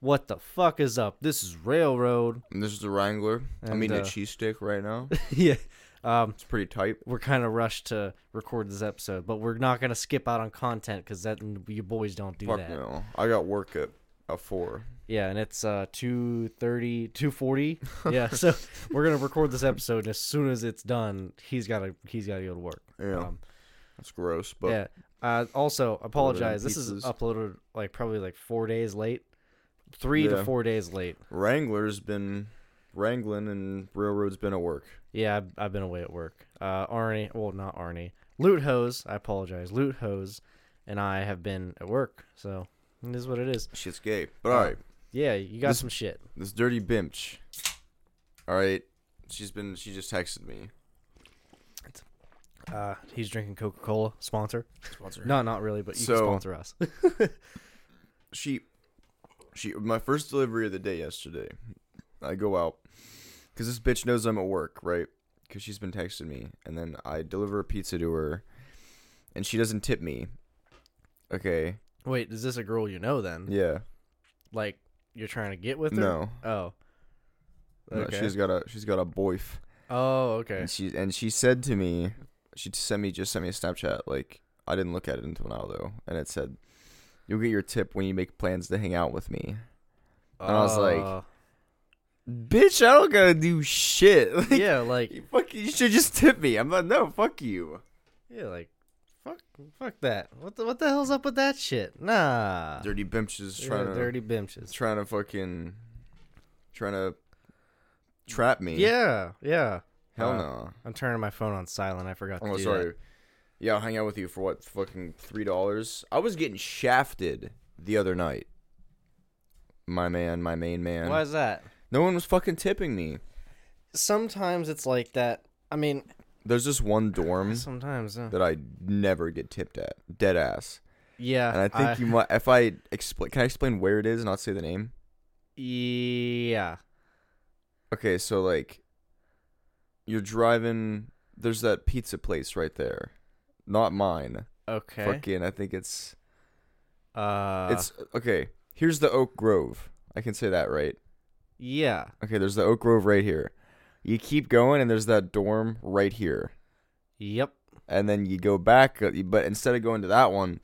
what the fuck is up? This is railroad. And this is the Wrangler. I'm And, eating uh, a cheese stick right now. yeah. Um, It's pretty tight. we're kind of rushed to record this episode, but we're not gonna skip out on content because that you boys don't do Fuck that. no. I got work at at four. Yeah, and it's uh 230, 240. yeah, so we're gonna record this episode, and as soon as it's done, he's gotta he's gotta go to work. Yeah, Um, that's gross. But yeah. Uh, also, apologize. This is pizzas. uploaded like probably like four days late, three to Yeah. four days late. Wrangler's been wrangling, and Railroad's been at work. Yeah, I've, I've been away at work. Uh, Arnie, well, not Arnie, Loot Hose. I apologize, Loot Hose, and I have been at work, so it is what it is. Shit's gay. But Uh. all right, Yeah, you got This- some shit. this dirty bimch. All right, she's been. She just texted me. Uh, he's drinking Coca Cola, sponsor. Sponsor. No, not really, but you So- can sponsor us. she she my first delivery of the day yesterday i go out because this bitch knows i'm at work right because she's been texting me and then i deliver a pizza to her and she doesn't tip me okay Wait, is this a girl you know then? yeah Like you're trying to get with her? no, Oh. no, Okay. she's got a she's got a boyf Oh, okay. and she and she said to me she sent me just sent me a snapchat like i didn't look at it until now though and it said you'll get your tip when you make plans to hang out with me I was like, Uh, bitch i don't gotta do shit like, yeah, like, You fuck you should just tip me. I'm not no fuck you. yeah, like, fuck, fuck that. What the, what the hell's up with that shit? Nah. Dirty bitch is Yeah, trying to Ah. dirty bimches. trying to fucking trying to trap me. Yeah, yeah. Hell Uh, no. I'm turning my phone on silent. I forgot to Oh do sorry. that. Yeah, I'll hang out with you for what fucking three dollars. I was getting shafted the other night. My man, my main man. Why is that? No one was fucking tipping me. Sometimes it's like that. I mean, There's this one dorm sometimes. Uh, that I never get tipped at. Dead ass. yeah. And I think you might if I explain can I explain where it is and not say the name? Yeah. Okay, so like you're driving there's that pizza place right there. Not mine. Okay. Fucking I think it's Uh, it's okay. Here's the Oak Grove. I can say that, right? yeah. Okay, there's the Oak Grove right here. You keep going and there's that dorm right here. Yep. And then you go back uh, but instead of going to that one,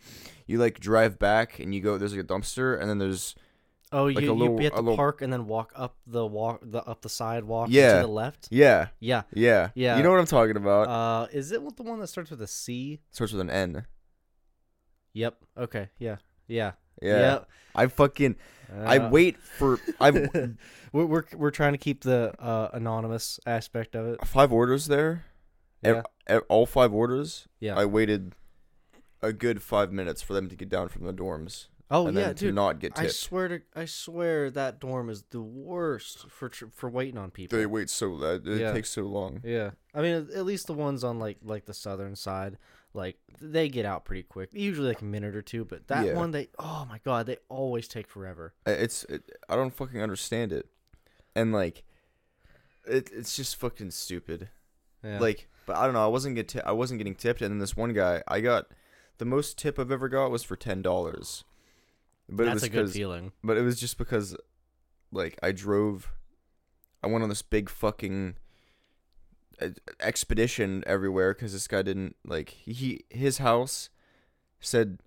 you like drive back and you go there's like a dumpster and then there's Oh, Like you, a little- you hit a the little- park and then walk up the walk the up the sidewalk and Yeah. to the left. yeah, Yeah. yeah. Yeah. You know what I'm talking about. Uh, is it with the one that starts with a C? Starts with an N. Yep. Okay. Yeah. Yeah. Yeah. Yep. I fucking I Uh, wait for I've we're, we're we're trying to keep the uh, anonymous aspect of it. five orders there. Ev- Yeah. ev- all five orders. Yeah. I waited a good five minutes for them to get down from the dorms oh and yeah, then to dude. not get I tipped. swear to I swear that dorm is the worst for tr- for waiting on people. they wait so that it Yeah. takes so long. Yeah, I mean, at least the ones on like like the southern side, like they get out pretty quick. Usually like a minute or two, but that Yeah. one they oh my god, they always take forever. I- It's it, I don't fucking understand it, and like, it it's just fucking stupid. Yeah. Like, but I don't know. I wasn't get ti- I wasn't getting tipped, and then this one guy I got the most tip I've ever got was for ten dollars. But it that's was a good 'cause- feeling. but it was just because like i drove i went on this big fucking uh, expedition everywhere because this guy didn't like he his house said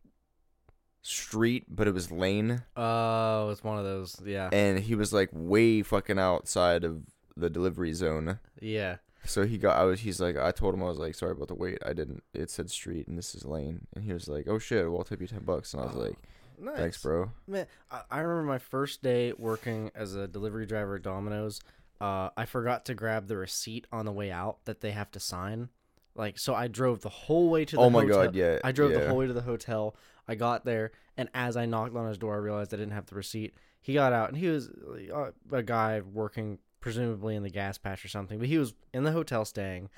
street but it was lane Oh, it's one of those. Yeah, and he was like way fucking outside of the delivery zone yeah. so he got i was he's like i told him i was like sorry about the wait i didn't it said street and this is lane and he was like oh shit well i'll tip you 10 bucks and i was Oh, like Nice. thanks bro Man, I, I remember my first day working as a delivery driver at Domino's. Uh, I forgot to grab the receipt on the way out that they have to sign. Like, so I drove the whole way to the oh my hotel- god yeah I drove the yeah. whole way to the hotel. I got there, and as I knocked on his door, I realized I didn't have the receipt. He got out, and he was uh, a guy working presumably in the gas patch or something, but he was in the hotel staying,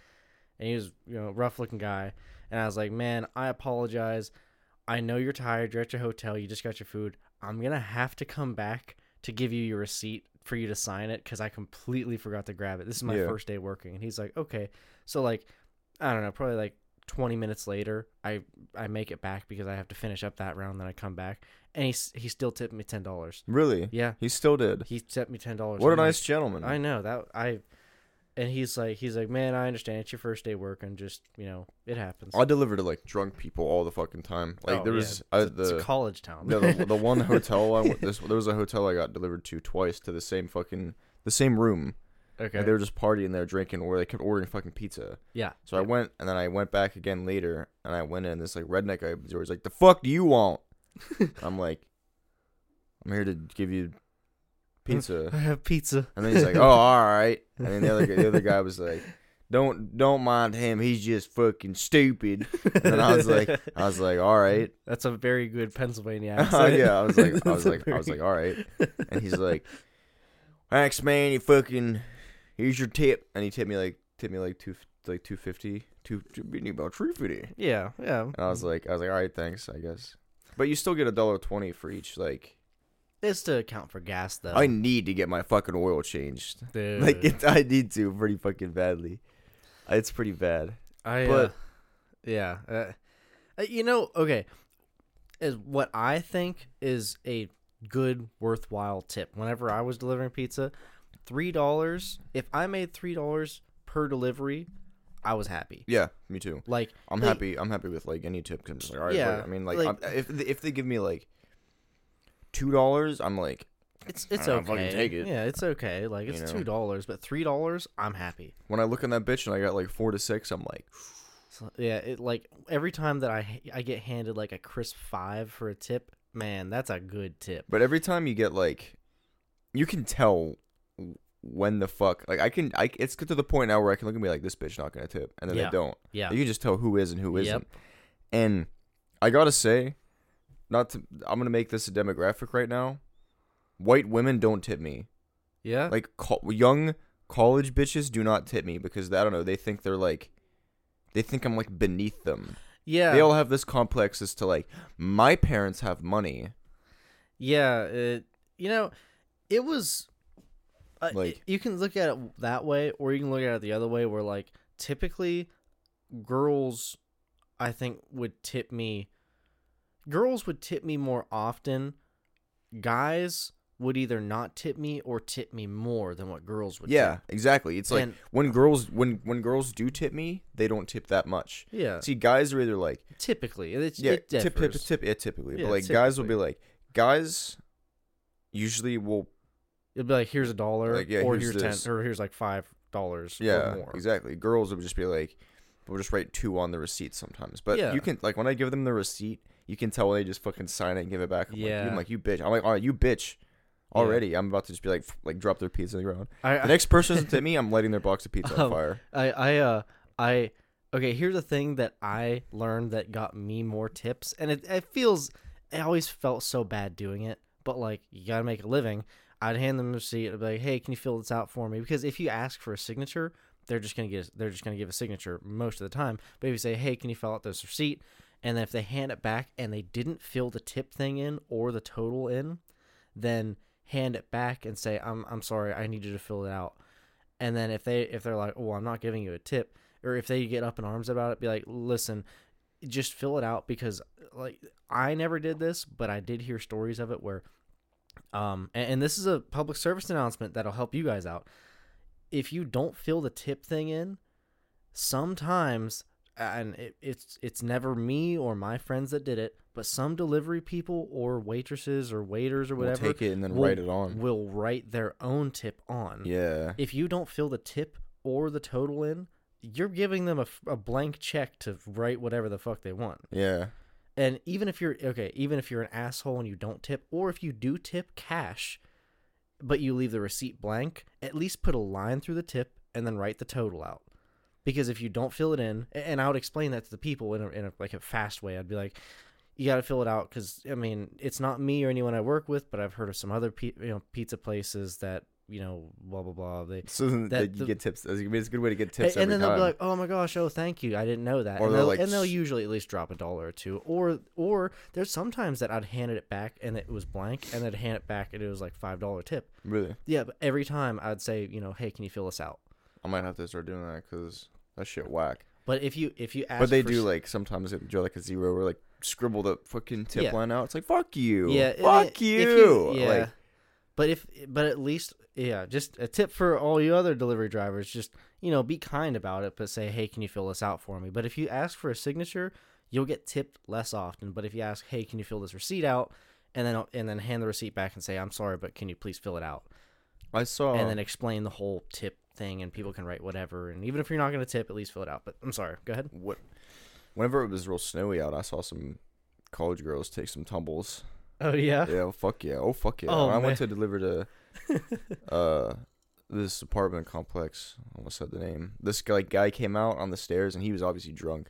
and he was you know rough looking guy. And I was like, man, I apologize. I know you're tired. You're at your hotel. You just got your food. I'm gonna have to come back to give you your receipt for you to sign it because I completely forgot to grab it. This is my Yeah. first day working, and he's like, okay. So like, I don't know, probably like 20 minutes later, I I make it back because I have to finish up that round. Then I come back, and he s- he still tipped me ten dollars. Really? Yeah, He still did. he tipped me ten dollars. What a nice gentleman. I know that I, and he's like he's like man, I understand it's your first day working. Just you know, it happens. I deliver to like drunk people all the fucking time. Like Oh, there yeah, was uh, it's, a- it's a the college town. no, the, the one hotel I went, this, there was a hotel I got delivered to twice to the same fucking the same room. okay. Like, they were just partying there drinking or they kept ordering fucking pizza. yeah. So I went and then I went back again later and I went in and this like redneck guy was always like, The fuck do you want? I'm like I'm here to give you pizza. I have pizza. And then he's like, "Oh, all right." And then the other the other guy was like, "Don't don't mind him. He's just fucking stupid." And then I was like, I was like, "All right." That's a very good Pennsylvania Oh accent. yeah, I was like, I That's was a like, I was very- like, "All right." And he's like, "Thanks, man. You fucking here's your tip." And he tipped me like tipped me like two like two fifty two beat me about three fifty. yeah, yeah. And I was like, I was like, "All right, thanks, I guess." But you still get a dollar twenty for each. Like, It's to account for gas though. I need to get my fucking oil changed. Dude. Like, it, I need to pretty fucking badly. It's pretty bad. I, uh, but- yeah, uh, uh, you know, okay, is what I think is a good, worthwhile tip. Whenever I was delivering pizza, three dollars. If I made three dollars per delivery, I was happy. Yeah, me too. Like I'm Like- happy. I'm happy with like any tip. Cause I'm just like, all right. Yeah, wait, I mean, like, like- I'm, if if they give me like two dollars, I'm like, it's it's I'll okay. fucking take it. Yeah, it's okay. Like it's You know. two dollars, but three dollars, I'm happy. when I look on that bitch and I got like four to six, I'm like, So, yeah, it like every time that I I get handed like a crisp five for a tip, man, that's a good tip. but every time you get like, you can tell when the fuck like I can I it's good to the point now where I can look and be like, this bitch not gonna tip, and then Yeah. they don't. Yeah. You can just tell who is and who Yep. isn't. And I gotta say, not to I'm gonna make this a demographic right now. White women don't tip me. Yeah. like co- young college bitches do not tip me because I don't know they think they're like they think I'm like beneath them. yeah. They all have this complex as to like my parents have money. Yeah, it, you know, it was uh, Like- like you can look at it that way, or you can look at it the other way, where like typically girls, I think would tip me. Girls would tip me more often. Guys would either not tip me or tip me more than what girls would. Yeah, tip. exactly. It's like And- when girls when when girls do tip me, they don't tip that much. yeah. See, guys are either like typically, it's, yeah, it tip tip differs. tip yeah, typically, Yeah, but like guys will be like guys usually will It'd be like here's a dollar, Like, yeah, or here's here's, this. ten, or here's like five dollars. Yeah, or more. exactly. Girls would just be like, we'll just write two on the receipt sometimes. But Yeah. you can like when I give them the receipt, you can tell when they just fucking sign it and give it back. I'm like, you, Yeah. I'm like you bitch. I'm like, all right, you bitch. Yeah. Already, I'm about to just be like, f- like drop their pizza on the ground. I, The next person doesn't tip me, I'm lighting their box of pizza on Um, fire. I I uh I okay. Here's the thing that I learned that got me more tips, and it it feels I always felt so bad doing it, but like you gotta make a living. I'd hand them a receipt. I'd be like, "Hey, can you fill this out for me?" Because if you ask for a signature, they're just gonna get they're just gonna give a signature most of the time. But if you say, "Hey, can you fill out this receipt?" and then if they hand it back and they didn't fill the tip thing in or the total in, then hand it back and say, "I'm I'm sorry, I need you to fill it out." And then if they if they're like, "Oh, I'm not giving you a tip," or if they get up in arms about it, be like, "Listen, just fill it out because like I never did this, but I did hear stories of it where um and, and this is a public service announcement that'll help you guys out. If you don't fill the tip thing in, sometimes and it, it's it's never me or my friends that did it, but some delivery people or waitresses or waiters or We'll whatever take it and then write it on. will write their own tip on. yeah, If you don't fill the tip or the total in, you're giving them a, f- a blank check to write whatever the fuck they want. yeah. And even if you're okay, even if you're an asshole and you don't tip, or if you do tip cash, but you leave the receipt blank, at least put a line through the tip and then write the total out. Because if you don't fill it in, a- and I would explain that to the people in a, in a like a fast way, I'd be like, you got to fill it out because I mean it's not me or anyone I work with, but I've heard of some other pe- you know pizza places that you know blah blah blah they. So That then they- you the- get tips. That's- I mean, It's a good way to get A- tips. and every then they'll time. be like, "Oh my gosh, oh thank you, I didn't know that." Or and, they'll, they'll, like, and they'll s- usually at least drop a dollar or two. Or or there's sometimes that I'd hand it back and it was blank, and I'd hand it back and it was like five dollar tip. really? Yeah, but every time I'd say, you know, hey, can you fill this out? I might have to start doing that because that shit whack. But if you if you ask, But they for do s- like sometimes they draw like a zero or like scribble the fucking tip Yeah. line out. It's like fuck you, yeah, and i- if fuck you. yeah. Like but if but at least yeah, just a tip for all you other delivery drivers: just you know, be kind about it, but say, hey, can you fill this out for me? But if you ask for a signature, you'll get tipped less often. But if you ask, hey, can you fill this receipt out? And then and then hand the receipt back and say, I'm sorry, but can you please fill it out? I saw. and then explain the whole tip thing and people can write whatever and even if you're not going to tip at least fill it out but i'm sorry go ahead what whenever it was real snowy out, I saw some college girls take some tumbles. oh yeah yeah, oh, fuck yeah. Oh fuck yeah. Oh, When I man. went to deliver to uh this apartment complex. I almost said the name. This guy, like, guy came out on the stairs and he was obviously drunk.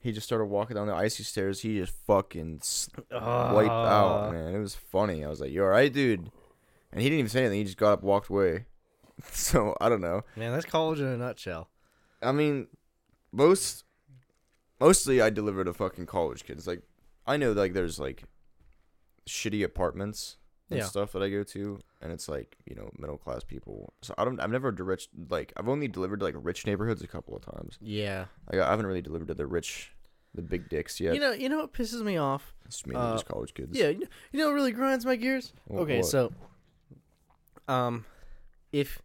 He just started walking down the icy stairs. He just fucking s- wiped Ah. out, man. It was funny. I was like, "You all right, dude?" And he didn't even say anything. He just got up, walked away. So I don't know. man that's college in a nutshell I mean, most mostly I deliver to fucking college kids. Like I know like there's like shitty apartments and Yeah. stuff that I go to, and it's like you know middle class people. So I don't. I've never direct like I've only delivered to like rich neighborhoods a couple of times. yeah Like I haven't really delivered to the rich, the big dicks yet. you know you know what pisses me off it's mainly uh, just college kids. yeah you know, you know what really grinds my gears Wha- okay what? so um if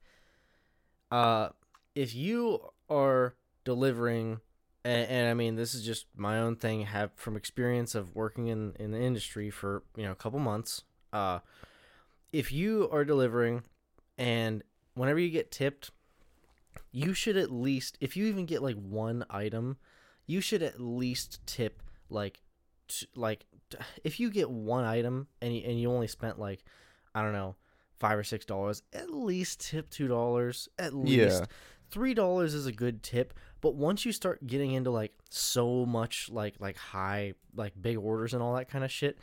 uh if you are delivering and, and i mean this is just my own thing have from experience of working in in the industry for you know a couple months uh if you are delivering and whenever you get tipped you should at least if you even get like one item you should at least tip like t- like t- if you get one item and you, and you only spent like i don't know 5 or 6 dollars at least tip 2 dollars at least Yeah. three dollars is a good tip but once you start getting into like so much like like high like big orders and all that kind of shit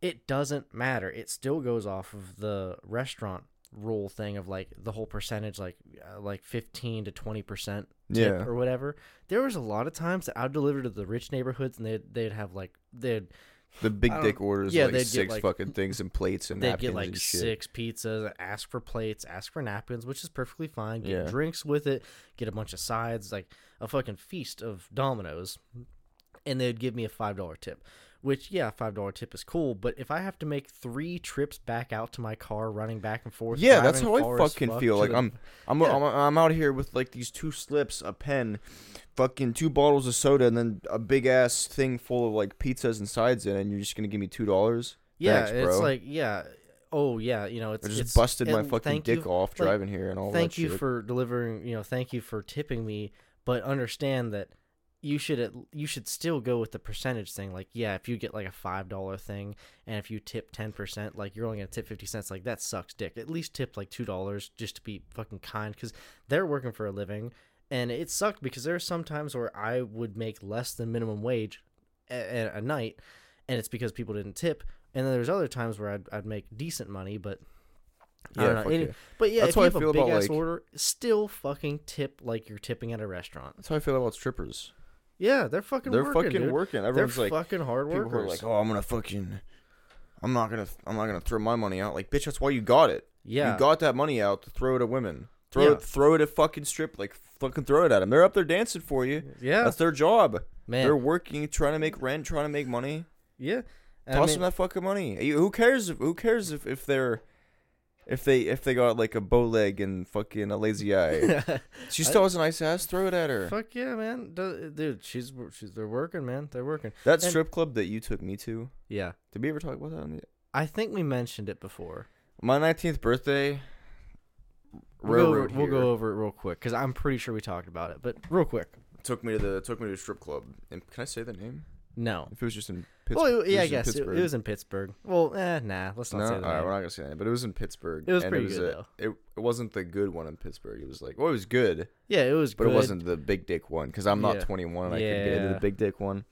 it doesn't matter it still goes off of the restaurant rule thing of like the whole percentage like uh, like 15 to 20 percent tip Yeah. or whatever there was a lot of times that i'd deliver to the rich neighborhoods and they'd, they'd have like they'd The big I don't- dick orders yeah, like they'd get, six like- fucking things and plates and they'd napkins get like and shit. six pizzas, ask for plates, ask for napkins, which is perfectly fine. Get Yeah. drinks with it, get a bunch of sides, like a fucking feast of Dominoes, and they'd give me a five dollar tip. Which yeah, five dollar tip is cool, but if I have to make three trips back out to my car, running back and forth, Yeah, that's driving how I far as fucking fuck feel. to Like the- I'm, I'm, Yeah. I'm, I'm out here with like these two slips, a pen, fucking two bottles of soda, and then a big ass thing full of like pizzas and sides in, it, and you're just gonna give me two dollars? yeah, Thanks, it's bro. like yeah, oh yeah, you know, it's I just it's- busted my and fucking thank you dick off like, driving here and all thank that you shit. for delivering you know thank you for tipping me but understand that you should at, you should still go with the percentage thing like yeah if you get like a five dollar thing and if you tip 10% like you're only gonna tip 50 cents like that sucks dick at least tip like two dollars just to be fucking kind because they're working for a living and it sucked because there are some times where i would make less than minimum wage a, a, a night and it's because people didn't tip and then there's other times where i'd, I'd make decent money but I Yeah, don't know. fuck Any- yeah. But yeah, That's if you how I have feel a big about, ass like- order, still fucking tip like you're tipping at a restaurant. That's how I feel about strippers. Yeah, they're fucking They're working, fucking dude. working. Everyone's they're like, fucking hard people workers. who are like, oh, I'm gonna fucking, I'm not gonna, I'm not gonna throw my money out. Like, bitch, that's why you got it. yeah, You got that money out to throw it at women. Throw Yeah. it, throw it at fucking strip. Like, fucking throw it at them. They're up there dancing for you. yeah, That's their job. man, They're working, trying to make rent, trying to make money. yeah. And I Toss mean- them that fucking money. You- Who cares? If, who cares if, if they're if they if they got like a bow leg and fucking a lazy eye? she still has a nice ass. Throw it at her. Fuck yeah, man, Do- dude. She's she's they're working, man. They're working. and- that strip club that you took me to. Yeah, Did we ever talk about that? On the, I think we mentioned it before. my nineteenth birthday. We'll go, over, Railroad we'll here go over it real quick because I'm pretty sure we talked about it. But real quick, took me to the took me to a strip club. And can I say the name? no. If it was just in Pittsburgh. Well, it was yeah, I in guess it, Pittsburgh. it was in Pittsburgh. Well, eh, nah, let's not No, say all that. right, we're not gonna say that. But it was in Pittsburgh. It was and pretty it was good, a- It, it wasn't the good one in Pittsburgh. It was like, well, it was good, yeah, it was, but good. it wasn't the big dick one because I'm not Yeah. 21 and I could get into Yeah. the big dick one.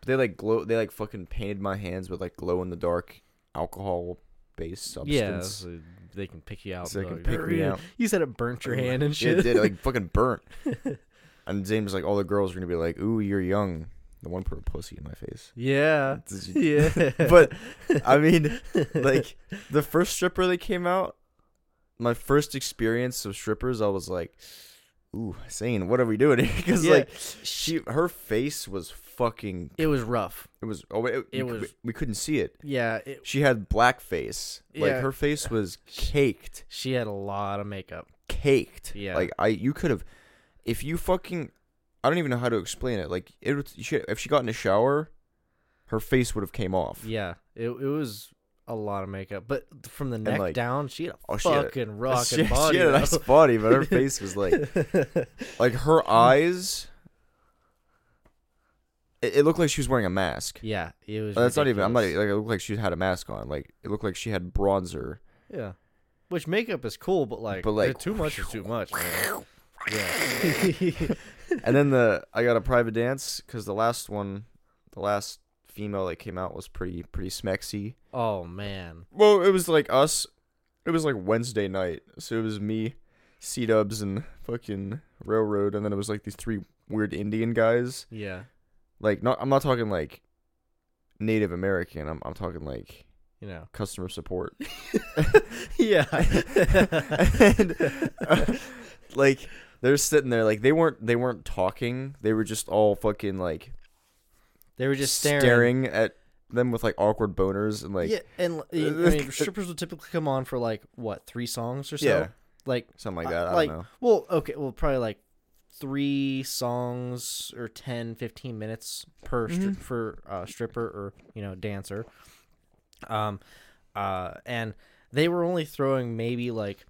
But they like glow. They like fucking painted my hands with like glow in the dark alcohol based Yeah, substance. so they can pick you out. So they and be can like, pick me "Period." out. You said it burnt your hand and Yeah, shit. it did. It, like fucking burnt. and James like, all the girls are gonna be like, "Ooh, you're young." The one put a pussy in my face. yeah. Did you- Yeah. but I mean, like the first stripper that came out, my first experience of strippers, I was like, ooh, saying, what are we doing here? Because Yeah. like she, her face was fucking. It was rough. It was. Oh, it, It we- was- We couldn't see it. Yeah, it, She had black face. Like Yeah. her face was caked, she had a lot of makeup. caked. Yeah. Like I, you could have, if you fucking, I don't even know how to explain it. Like it, was- she, if she got in a shower, her face would have came off. Yeah, it, it was a lot of makeup. But from the neck like- down, she had a Oh, she had a- fucking rocking she, body. she had a though. nice body, but her face was like, like her eyes. It, it looked like she was wearing a mask. yeah, it was. That's not even. I'm not ridiculous. like. It looked like she had a mask on. Like it looked like she had bronzer. Yeah, which makeup is cool, but like, But, like, too much is too much. man. Yeah. and then the I got a private dance because the last one, the last female that came out was pretty pretty smexy. oh man. Well, it was like us. It was like Wednesday night, so it was me, C Dubs, and fucking Railroad, and then it was like these three weird Indian guys. Yeah. Like, not I'm not talking like Native American. I'm I'm talking like You know. customer support. yeah. and uh, like they're sitting there like they weren't they weren't talking they were just all fucking like They were just staring. at them with like awkward boners and like uh, yeah, and I mean, strippers would typically come on for like what three songs or so. Yeah. Like something like I- that. I, like, don't know. Well, okay, well, probably like three songs or 10, 15 minutes per stri- Mhm. for uh, stripper or you know dancer. Um, uh, and they were only throwing maybe like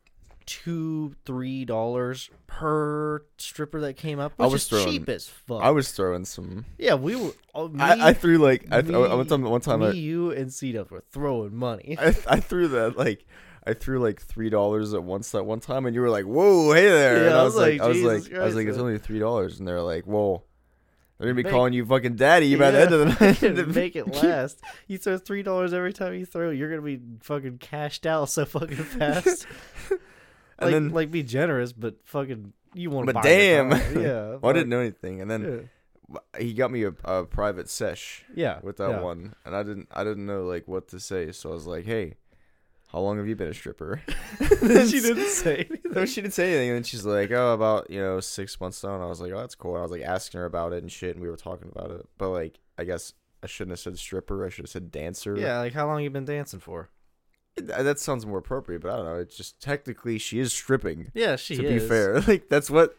two, three dollars per stripper that came up, I which was is throwing- cheap as fuck. I was throwing some. yeah, we were. Oh, me, I, I threw like I th- I- me- one time one time me, I, you, and C Dubs were throwing money. I I threw that like I threw like three dollars at once that one time and you were like whoa hey there Yeah, and I was like, I was Jesus like I was Christ, uh, like it's man. only three dollars and they're like whoa they're gonna be Make- calling you fucking daddy by the Yeah, end of the fucking night make it last. You throw three dollars every time you throw, you're gonna be fucking cashed out so fucking fast. and like, then like be generous, but fucking you want to. But buy damn. your time. yeah. well, I like, didn't know anything and then he got me a, a private sesh Yeah, with that yeah. one and I didn't I didn't know like what to say so I was like hey how long have you been a stripper yeah. she didn't say. No, she didn't say anything. And then she's like, "Oh, about you know six months down." I was like, "Oh, that's cool." I was like asking her about it and shit, and we were talking about it. But like, I guess I shouldn't have said stripper. I should have said dancer. Yeah, like how long you been dancing for? Th- uh, that sounds more appropriate. But I don't know. It's just technically she is stripping. Yeah, she to is. be fair, like that's what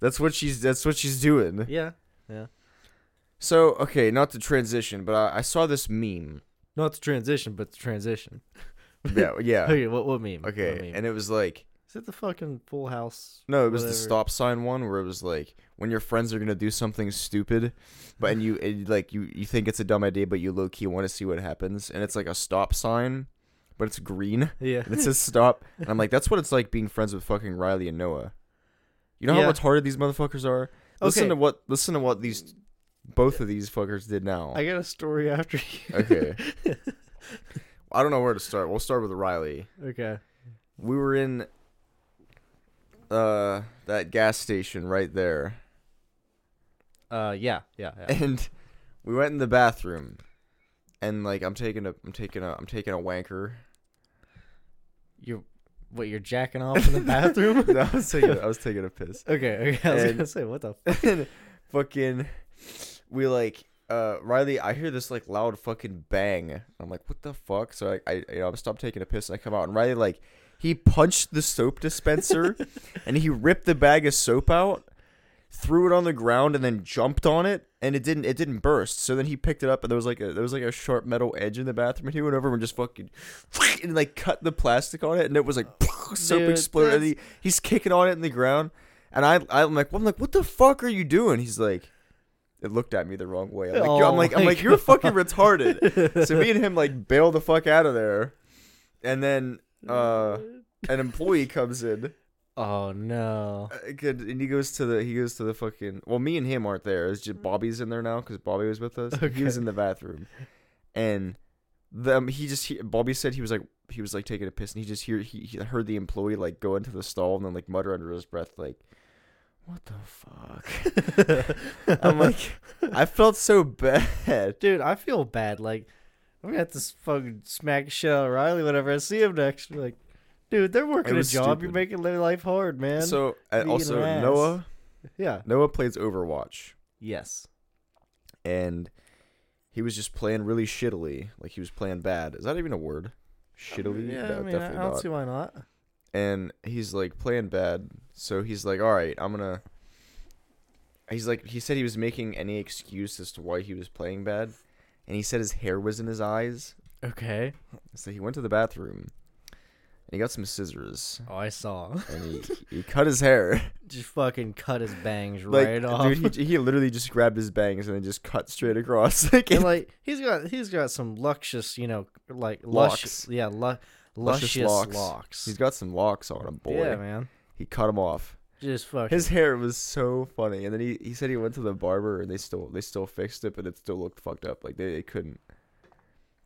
that's what she's that's what she's doing. Yeah. So okay, not to transition, but I, I saw this meme. Not the transition, but the transition. Yeah, yeah. Okay, what what meme? What Okay, meme? and it was like. is it the fucking Full House? No, it was the whatever? stop sign one where it was like when your friends are gonna do something stupid, but and you and, like you you think it's a dumb idea, but you low key want to see what happens, and it's like a stop sign, but it's green Yeah. and it says stop, and I'm like, that's what it's like being friends with fucking Riley and Noah. You know how Yeah. retarded these motherfuckers are. Listen Okay. to what listen to what these both of these fuckers did now. I got a story after you. okay, I don't know where to start. We'll start with Riley. okay. We were in uh that gas station right there. Uh, yeah, yeah, yeah. and we went in the bathroom and like i'm taking a i'm taking a i'm taking a wanker You're what? You're jacking off in the bathroom? no, i was taking a, i was taking a piss Okay, okay. I was And- gonna say what the. F- and fucking we like uh riley i hear this like loud fucking bang i'm like what the fuck so i i you know i stopped taking a piss and i come out and riley like he punched the soap dispenser and he ripped the bag of soap out threw it on the ground and then jumped on it and it didn't it didn't burst so then he picked it up and there was like a there was like a sharp metal edge in the bathroom and he went over and just fucking and like cut the plastic on it and it was like soap Dude, exploded and that's- he, he's kicking on it in the ground and I I'm like I'm like what the fuck are you doing he's like it looked at me the wrong way I'm like, you're- I'm Oh like I'm my like you're fucking God. retarded so me and him like bail the fuck out of there and then uh an employee comes in oh no. uh, good, and he goes to the he goes to the fucking well me and him aren't there it's just bobby's in there now because bobby was with us he was Mm-hmm. Okay. in the bathroom and the, um, he just he, bobby said he was like he was like taking a piss and he just hear he, he heard the employee like go into the stall and then like mutter under his breath like what the fuck i'm like i felt so bad dude, I feel bad. Like I'm gonna have to s- fucking smack shit out of Riley whenever I see him next. Like, Dude, they're working a was job. You're stupid. making their life hard, man. So Vegan and also ass. Noah yeah. Noah plays Overwatch Yes. and he was just playing really shittily. Like he was playing bad. Is that even a word? Shittily? Yeah, No, I mean, I definitely don't not. see why not. and he's like playing bad. So he's like, all right, I'm gonna. He's like, he said he was making any excuse as to why he was playing bad, and he said his hair was in his eyes. Okay. So he went to the bathroom, and he got some scissors, Oh, I saw. and he, he cut his hair. Just fucking cut his bangs like, right off. dude, he, he literally just grabbed his bangs and then just cut straight across. Like, and like he's got he's got some luscious, you know, like lush, Locks. yeah, lu- Luscious luscious, locks. locks. he's got some locks on him, boy. Yeah, man. He cut them off. Just fucking. His hair was so funny, and then he, he said he went to the barber and they still they still fixed it, but it still looked fucked up. Like they, they couldn't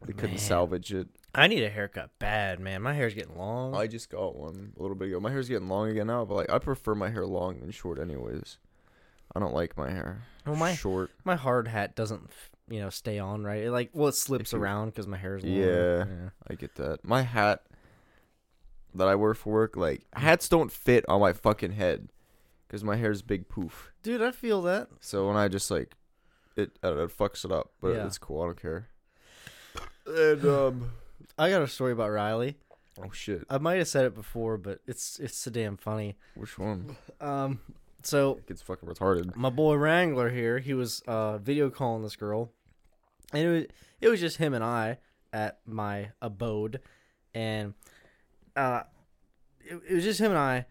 they couldn't Man. salvage it. I need a haircut bad, man. My hair's getting long. I just got one a little bit ago. My hair's getting long again now, but like I prefer my hair long than short, anyways. I don't like my hair well, my short. my hard hat doesn't, you know, stay on right. It like well, it slips you- around because my hair's long. Yeah. I get that. My hat that I wear for work, like hats don't fit on my fucking head because my hair's big poof. dude, I feel that. So when I just like it, I don't know, it fucks it up, but Yeah. it's cool. I don't care. And um. I got a story about Riley. Oh shit! I might have said it before, but it's it's so damn funny. Which one? Um, so It's fucking retarded. my boy Wrangler here, he was uh, video calling this girl, and it was it was just him and I at my abode, and uh, it, it was just him and I.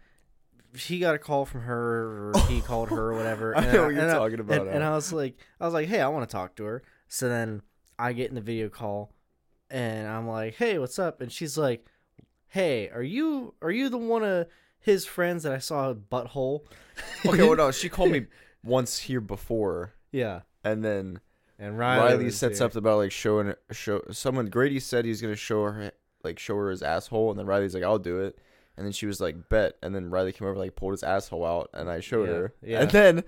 She got a call from her, or he called her, or whatever. I and know what you're and talking about And, now. and I was like, I was like, hey, I want to talk to her. So then I get in the video call, and I'm like, hey, what's up? And she's like, hey, are you are you the one of his friends that I saw a butthole? Okay, well no, she called me once here before, Yeah. and then And Riley, sets up about like showing show someone. Grady said he's gonna show her like show her his asshole, and then Riley's like, "I'll do it." And then she was like, "Bet." And then Riley came over, like pulled his asshole out, and I showed Yeah, her. yeah. And then,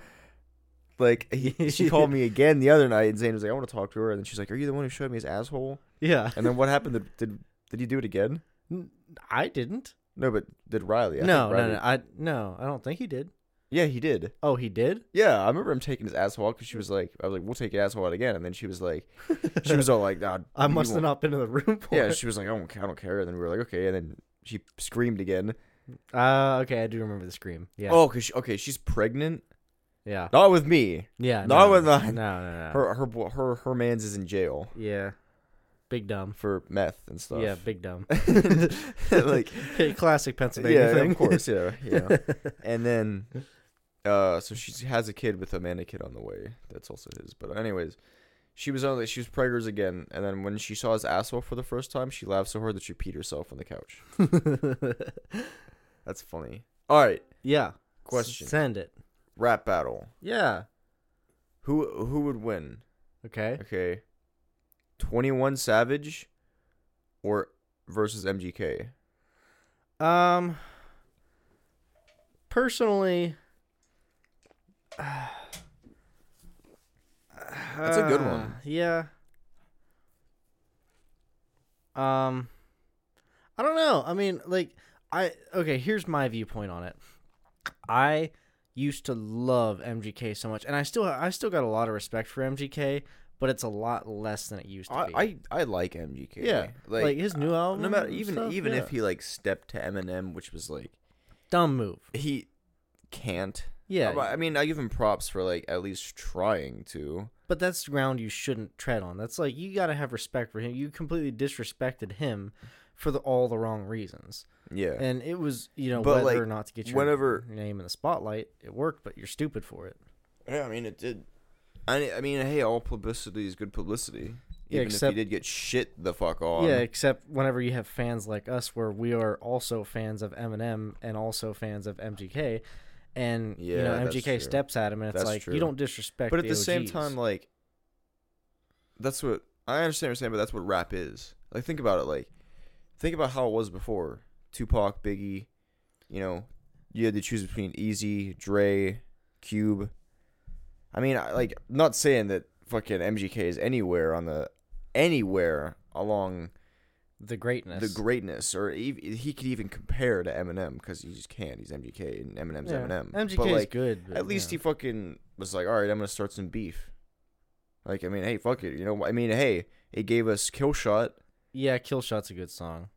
like, he, she called me again the other night, and Zane was like, "I want to talk to her." And then she's like, "Are you the one who showed me his asshole?" Yeah. And then what happened? Did did, did he do it again? N- I didn't. No, but did Riley? I think no, no, Riley- no. I no. I don't think he did. Yeah, he did. Oh, he did. Yeah, I remember him taking his asshole out because she was like, I was like, we'll take your asshole out again. And then she was like, she was all like, nah, I you must have won't." not been in the room for Yeah, it. she was like, I don't, I don't care. And then we were like, okay. And then she screamed again. Uh, okay, I do remember the scream. Yeah. Oh, cause she, okay, she's pregnant. Yeah. Not with me. Yeah. No, I no, was no, not. No, no, no. Her, her, bo- her, her man's is in jail yeah. Big dumb. for meth and stuff. Yeah, big dumb. like, Classic Pennsylvania yeah, thing. of course, yeah, yeah. and then, uh, so she has a kid with Amanda kid on the way. That's also his. But anyways, she was on. She was preggers again. And then when she saw his asshole for the first time, she laughed so hard that she peed herself on the couch. That's funny. All right, yeah. Question. S- send it. rap battle. Yeah. Who who would win? Okay. Okay, Twenty One Savage, or versus MGK. Um. Personally. That's a good one. uh, Yeah. Um. I don't know. I mean, like, I okay. Here's my viewpoint on it. I used to love MGK so much, and I still I still got a lot of respect for MGK, but it's a lot less than it used to I, be. I I like MGK. yeah, like, his new album. no matter and even stuff, even yeah. if he like stepped to Eminem, which was like dumb move. he can't. Yeah, But, I mean, I give him props for like at least trying to. But that's ground you shouldn't tread on. That's like you gotta have respect for him. You completely disrespected him for the, all the wrong reasons, Yeah. and it was you know But, whether like, or not to get your whenever- name in the spotlight, it worked. But you're stupid for it. yeah, I mean it did. I, I mean, hey, all publicity is good publicity. Yeah, Even except- if he did get shit the fuck on. yeah, except whenever you have fans like us, where we are also fans of Eminem and also fans of MGK, and you Yeah, know that's MGK true. steps at him, and it's That's like true. you don't disrespect. But at the same OGs. time, like, that's what I understand what you're saying, but that's what rap is. Like, think about it. Like, think about how it was before Tupac, Biggie. You know, you had to choose between Easy, Dre, Cube. I mean, I, like, I'm not saying that fucking MGK is anywhere on the anywhere along the greatness. the greatness, or ev- he could even compare to Eminem because he just can't. He's MGK and Eminem's Yeah. Eminem. MGK but is like, good. but at least yeah. he fucking was like, all right, I'm gonna start some beef. Like, I mean, hey, fuck it, you know. I mean, hey, it gave us Kill Shot. yeah, Kill Shot's a good song.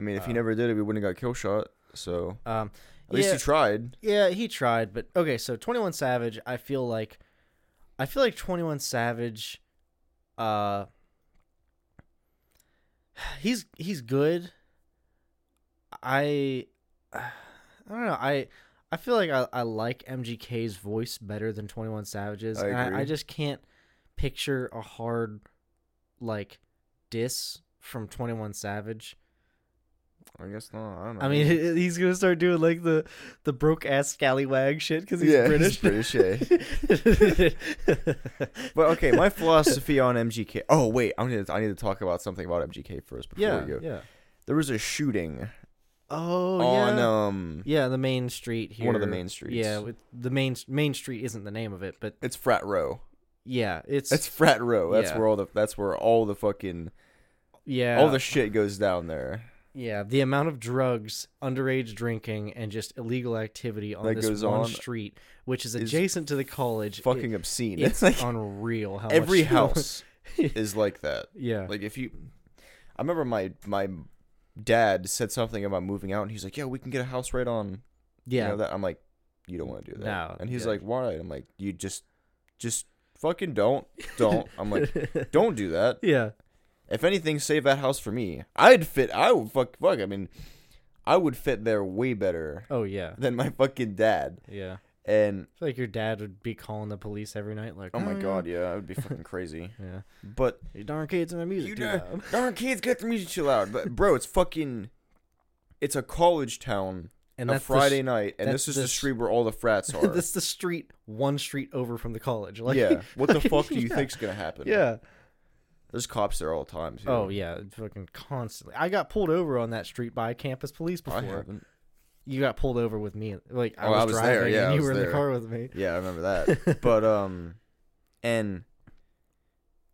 I mean, if he Uh, never did it, we wouldn't have got Kill Shot. So Um, at least yeah, he tried. yeah, he tried, but okay. So Twenty One Savage, I feel like, I feel like Twenty One Savage, uh, he's he's good. I, I don't know. I I feel like I, I like MGK's voice better than Twenty One Savage's, I and I, agree. I just can't picture a hard like diss from Twenty One Savage. I guess not. I don't know. I mean, he- he's gonna start doing like the the broke ass scallywag shit because he's yeah, British. British, yeah. But okay, my philosophy on MGK. Oh wait, I need to, I need to talk about something about MGK first before yeah, we go. yeah. There was a shooting Oh on yeah, um yeah. The main street here. one of the main streets. Yeah, with the main main street isn't the name of it, but it's frat row. yeah, it's That's frat row. That's Yeah. where all the that's where all the fucking yeah, all the shit goes down there. yeah. The amount of drugs, underage drinking, and just illegal activity on That this goes one on street, which is adjacent to the college, Fucking it- obscene. it's It's like unreal. How every much- house is like that. yeah, Like if you, I remember my my dad said something about moving out, and he's like, "Yeah, we can get a house right on." yeah. You know that I'm like, you don't want to do that. No, and he's yeah. like, "Why?" I'm like, "You just, just fucking don't, don't." I'm like, "Don't do that." yeah. If anything, save that house for me. I'd fit. I would fuck. Fuck. I mean, I would fit there way better Oh yeah. than my fucking dad. Yeah. And I feel like your dad would be calling the police every night, like, oh my yeah, god, yeah, I would be fucking crazy. yeah, But you darn kids in my music You too know, loud." darn kids, get the music too loud. But bro, it's fucking, it's a college town. And a that's the Friday night, and that's this is the the s- street where all the frats s- are. that's the street, one street over from the college. Like, yeah, what the fuck do you Yeah. think's gonna happen? yeah. there's cops there all the time. Too. Oh yeah, fucking constantly. I got pulled over on that street by campus police I before. haven't. You got pulled over with me. Like I Oh, was, I was there, driving, yeah, and I you was were in the there. car with me. Yeah, I remember that. but um, and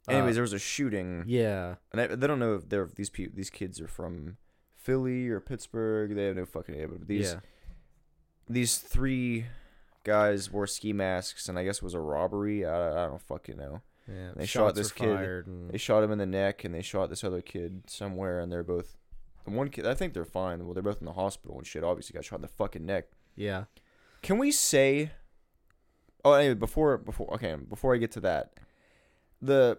Uh, anyways, there was a shooting, Yeah, and I, they don't know if they're if these people these kids are from Philly or Pittsburgh. They have no fucking idea. But these yeah, these three guys wore ski masks, and I guess it was a robbery. I, I don't fucking know. yeah. they shot Shots this were kid. fired and- They shot him in the neck, and they shot this other kid somewhere, and they're both. The one kid, I think they're fine. Well, they're both in the hospital and shit. Obviously, got shot in the fucking neck. yeah, Can we say? Oh, anyway, before before okay, before I get to that, the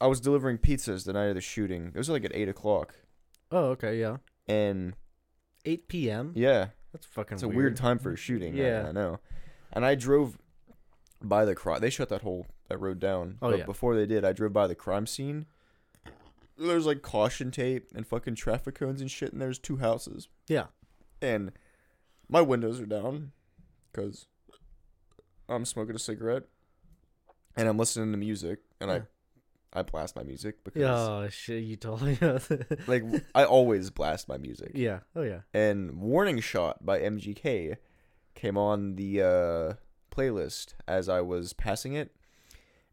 I was delivering pizzas the night of the shooting. It was like at eight o'clock, Oh okay, yeah. and 8 p.m. yeah, That's fucking. it's a weird time for a shooting. I- Yeah. I, know. And I drove by the crime. They shut that whole that road down. Oh, but yeah. Before they did, I drove by the crime scene. There's like caution tape and fucking traffic cones and shit, and there's two houses. Yeah. And my windows are down because I'm smoking a cigarette and I'm listening to music, and Yeah. I I blast my music because Yeah, oh, shit, you told me. like I always blast my music. yeah. Oh yeah. and Warning Shot by MGK came on the uh, playlist as I was passing it.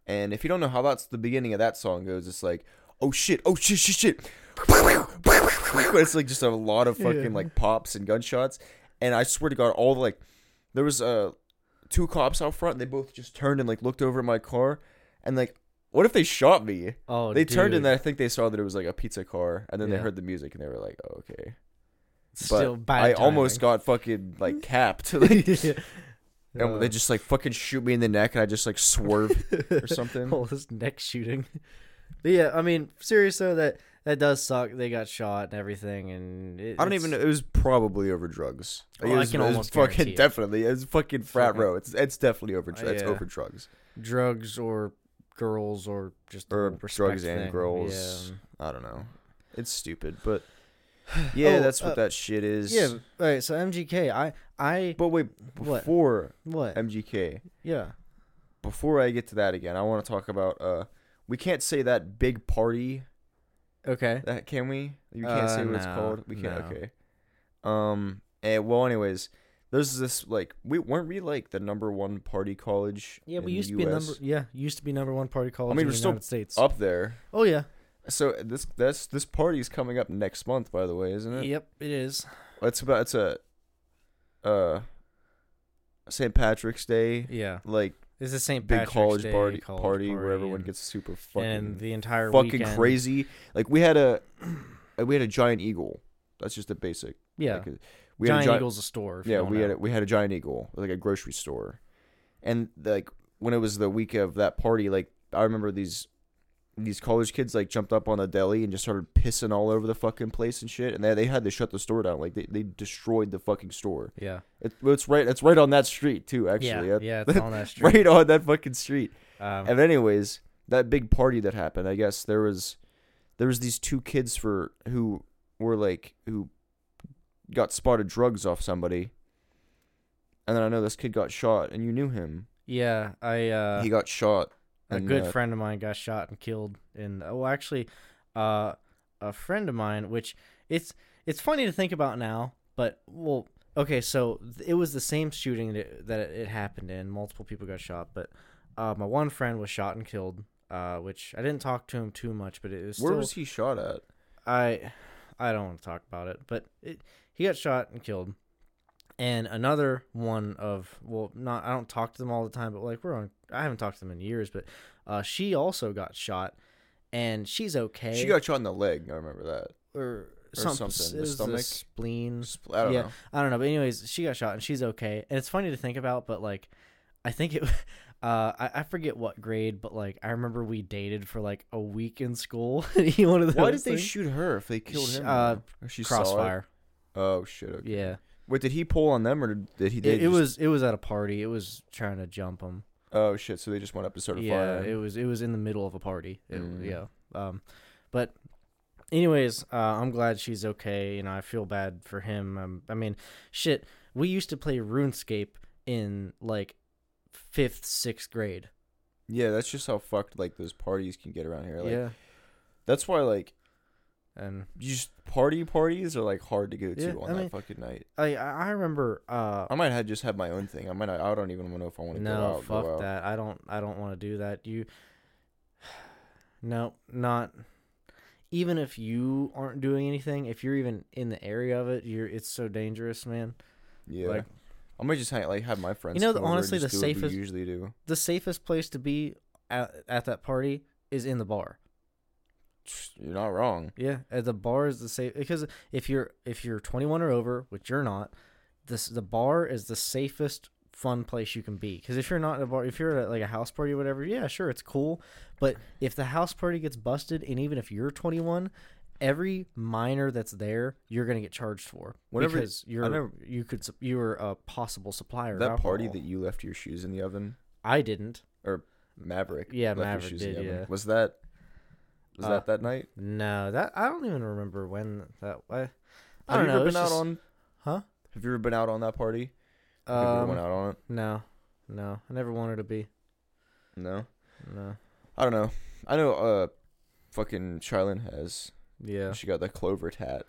And if you don't know how that's the beginning of that song goes, it's like, oh shit, oh shit, shit, shit. It's like just a lot of fucking Yeah. like pops and gunshots. And I swear to God, all the, like, there was uh, two cops out front and they both just turned and like looked over at my car. And like, what if they shot me? Oh, they turned and dude. I think they saw that it was like a pizza car. And then they Yeah. heard the music and they were like, oh, okay. But Still bad I almost timing. got fucking like capped. Like, Uh, and they just like fucking shoot me in the neck, and I just like swerve or something. Um, all this neck shooting. But yeah, I mean, serious though, that that does suck. They got shot and everything, and it, I don't even. know. it's- It was probably over drugs. Like, Oh, it I was, can it was almost fucking guarantee it. definitely. It was fucking frat Fucking- row. It's it's definitely over. dr- It's Yeah. over drugs drugs or girls or just the or whole respect drugs and thing. girls. Yeah. I don't know. It's stupid, but yeah, Oh, that's what uh, that shit is. Yeah. All right. So MGK, I, I, But wait, What? before what? MGK, yeah. before I get to that again, I want to talk about. uh We can't say that big party Okay. That Uh, can we? You can't Uh, say what it's no, called. We can't. no. Okay. Um. And well, anyways, there's this like we weren't we like the number one party college. Yeah, we in used the to be US? number. Yeah, used to be number one party college mean, in we're the still United States. up there. oh yeah. So eh, this that's this party's coming up next month, by the way, isn't it? Yep, it is. It's about it's a uh St. Patrick's Day Yeah, like it's the St. big Patrick's college Day party college party where everyone and- gets super and fucking the entire fucking weekend. crazy. Like we had a uh, we had a giant eagle. That's just the basic. Yeah, Like, uh, we Giant had a giant Eagle's a store. if you Yeah, don't we had know. a, we had a giant eagle, like a grocery store, and like when it was the week of that party, like I remember these these college kids like jumped up on the deli and just started pissing all over the fucking place and shit, and they they had to shut the store down, like they, they destroyed the fucking store. Yeah, It, it's right it's right on that street too, yeah, actually, Uh, yeah. It's on that street. right on that fucking street. Um, And anyways, that big party that happened, I guess there was there was these two kids for who were like who got spotted drugs off somebody. And then I know this kid got shot and you knew him. yeah, I. Uh, he got shot. a and, good uh, friend of mine got shot and killed in oh, well actually uh a friend of mine which it's it's funny to think about now but well okay so th- it was the same shooting that, that it happened in multiple people got shot but uh my one friend was shot and killed uh which i didn't talk to him too much but it was Where still was he shot at? I I don't want to talk about it, but it, he got shot and killed. And another one of well, not I don't talk to them all the time, but like we're on. I haven't talked to them in years, but uh, she also got shot, and she's okay. She got shot in the leg. I remember that. or something. something, the it was the stomach? spleen. Spl- I don't yeah, know. I don't know, but anyways, she got shot and she's okay. And it's funny to think about, but like, I think it. Uh, I, I forget what grade, but like I remember we dated for like a week in school. one of those Why did they things. shoot her if they killed Sh- him? uh, though? Or she saw it? crossfire? Oh shit. Okay. Yeah. Wait, did he pull on them or did he? It- they It, just- was it was at a party. It was trying to jump him. Oh shit. So they just went up to start a Yeah, fire. it was it was in the middle of a party. It, Mm. Yeah. Um, but anyways, uh, I'm glad she's okay. You know, I feel bad for him. Um, I mean, shit, we used to play RuneScape in like fifth, sixth grade. Yeah, that's just how fucked like those parties can get around here. Like, yeah. That's why like And you just party parties are like hard to go to Yeah, on I that mean- fucking night. I I I remember. Uh, I might have just have my own thing. I might not, I don't even know if I want to go no, out. fuck go out. that. I don't I don't want to do that. You. No, not even if you aren't doing anything, if you're even in the area of it, you're it's so dangerous, man. Yeah. Like- I might just hang, like have my friends. know, come over and honestly, just the do what we safest- usually do. The safest place to be at, at that party is in the bar. You're not wrong. Yeah, at the bar is the safe because if you're if you're 21 or over, which you're not, this the bar is the safest fun place you can be. Because if you're not at a bar, if you're at like a house party or whatever, yeah, sure, it's cool. But if the house party gets busted, and even if you're 21, every minor that's there, you're gonna get charged for Whenever- because you're I never- you could sup- you were a possible supplier. of that party alcohol. that you left your shoes in the oven, I didn't. Maverick. Yeah, left your Maverick shoes in the did, oven. yeah. Was that? Was Uh, that that night? No, that I don't even remember when that. I, I Have don't you know. ever it's been out just- on? Huh? Have you ever been out on that party? have you ever Um, went out on it? No, no, I never wanted to be. No. No. I don't know. I know. Uh, fucking Charlene has. Yeah. She got the clover tat.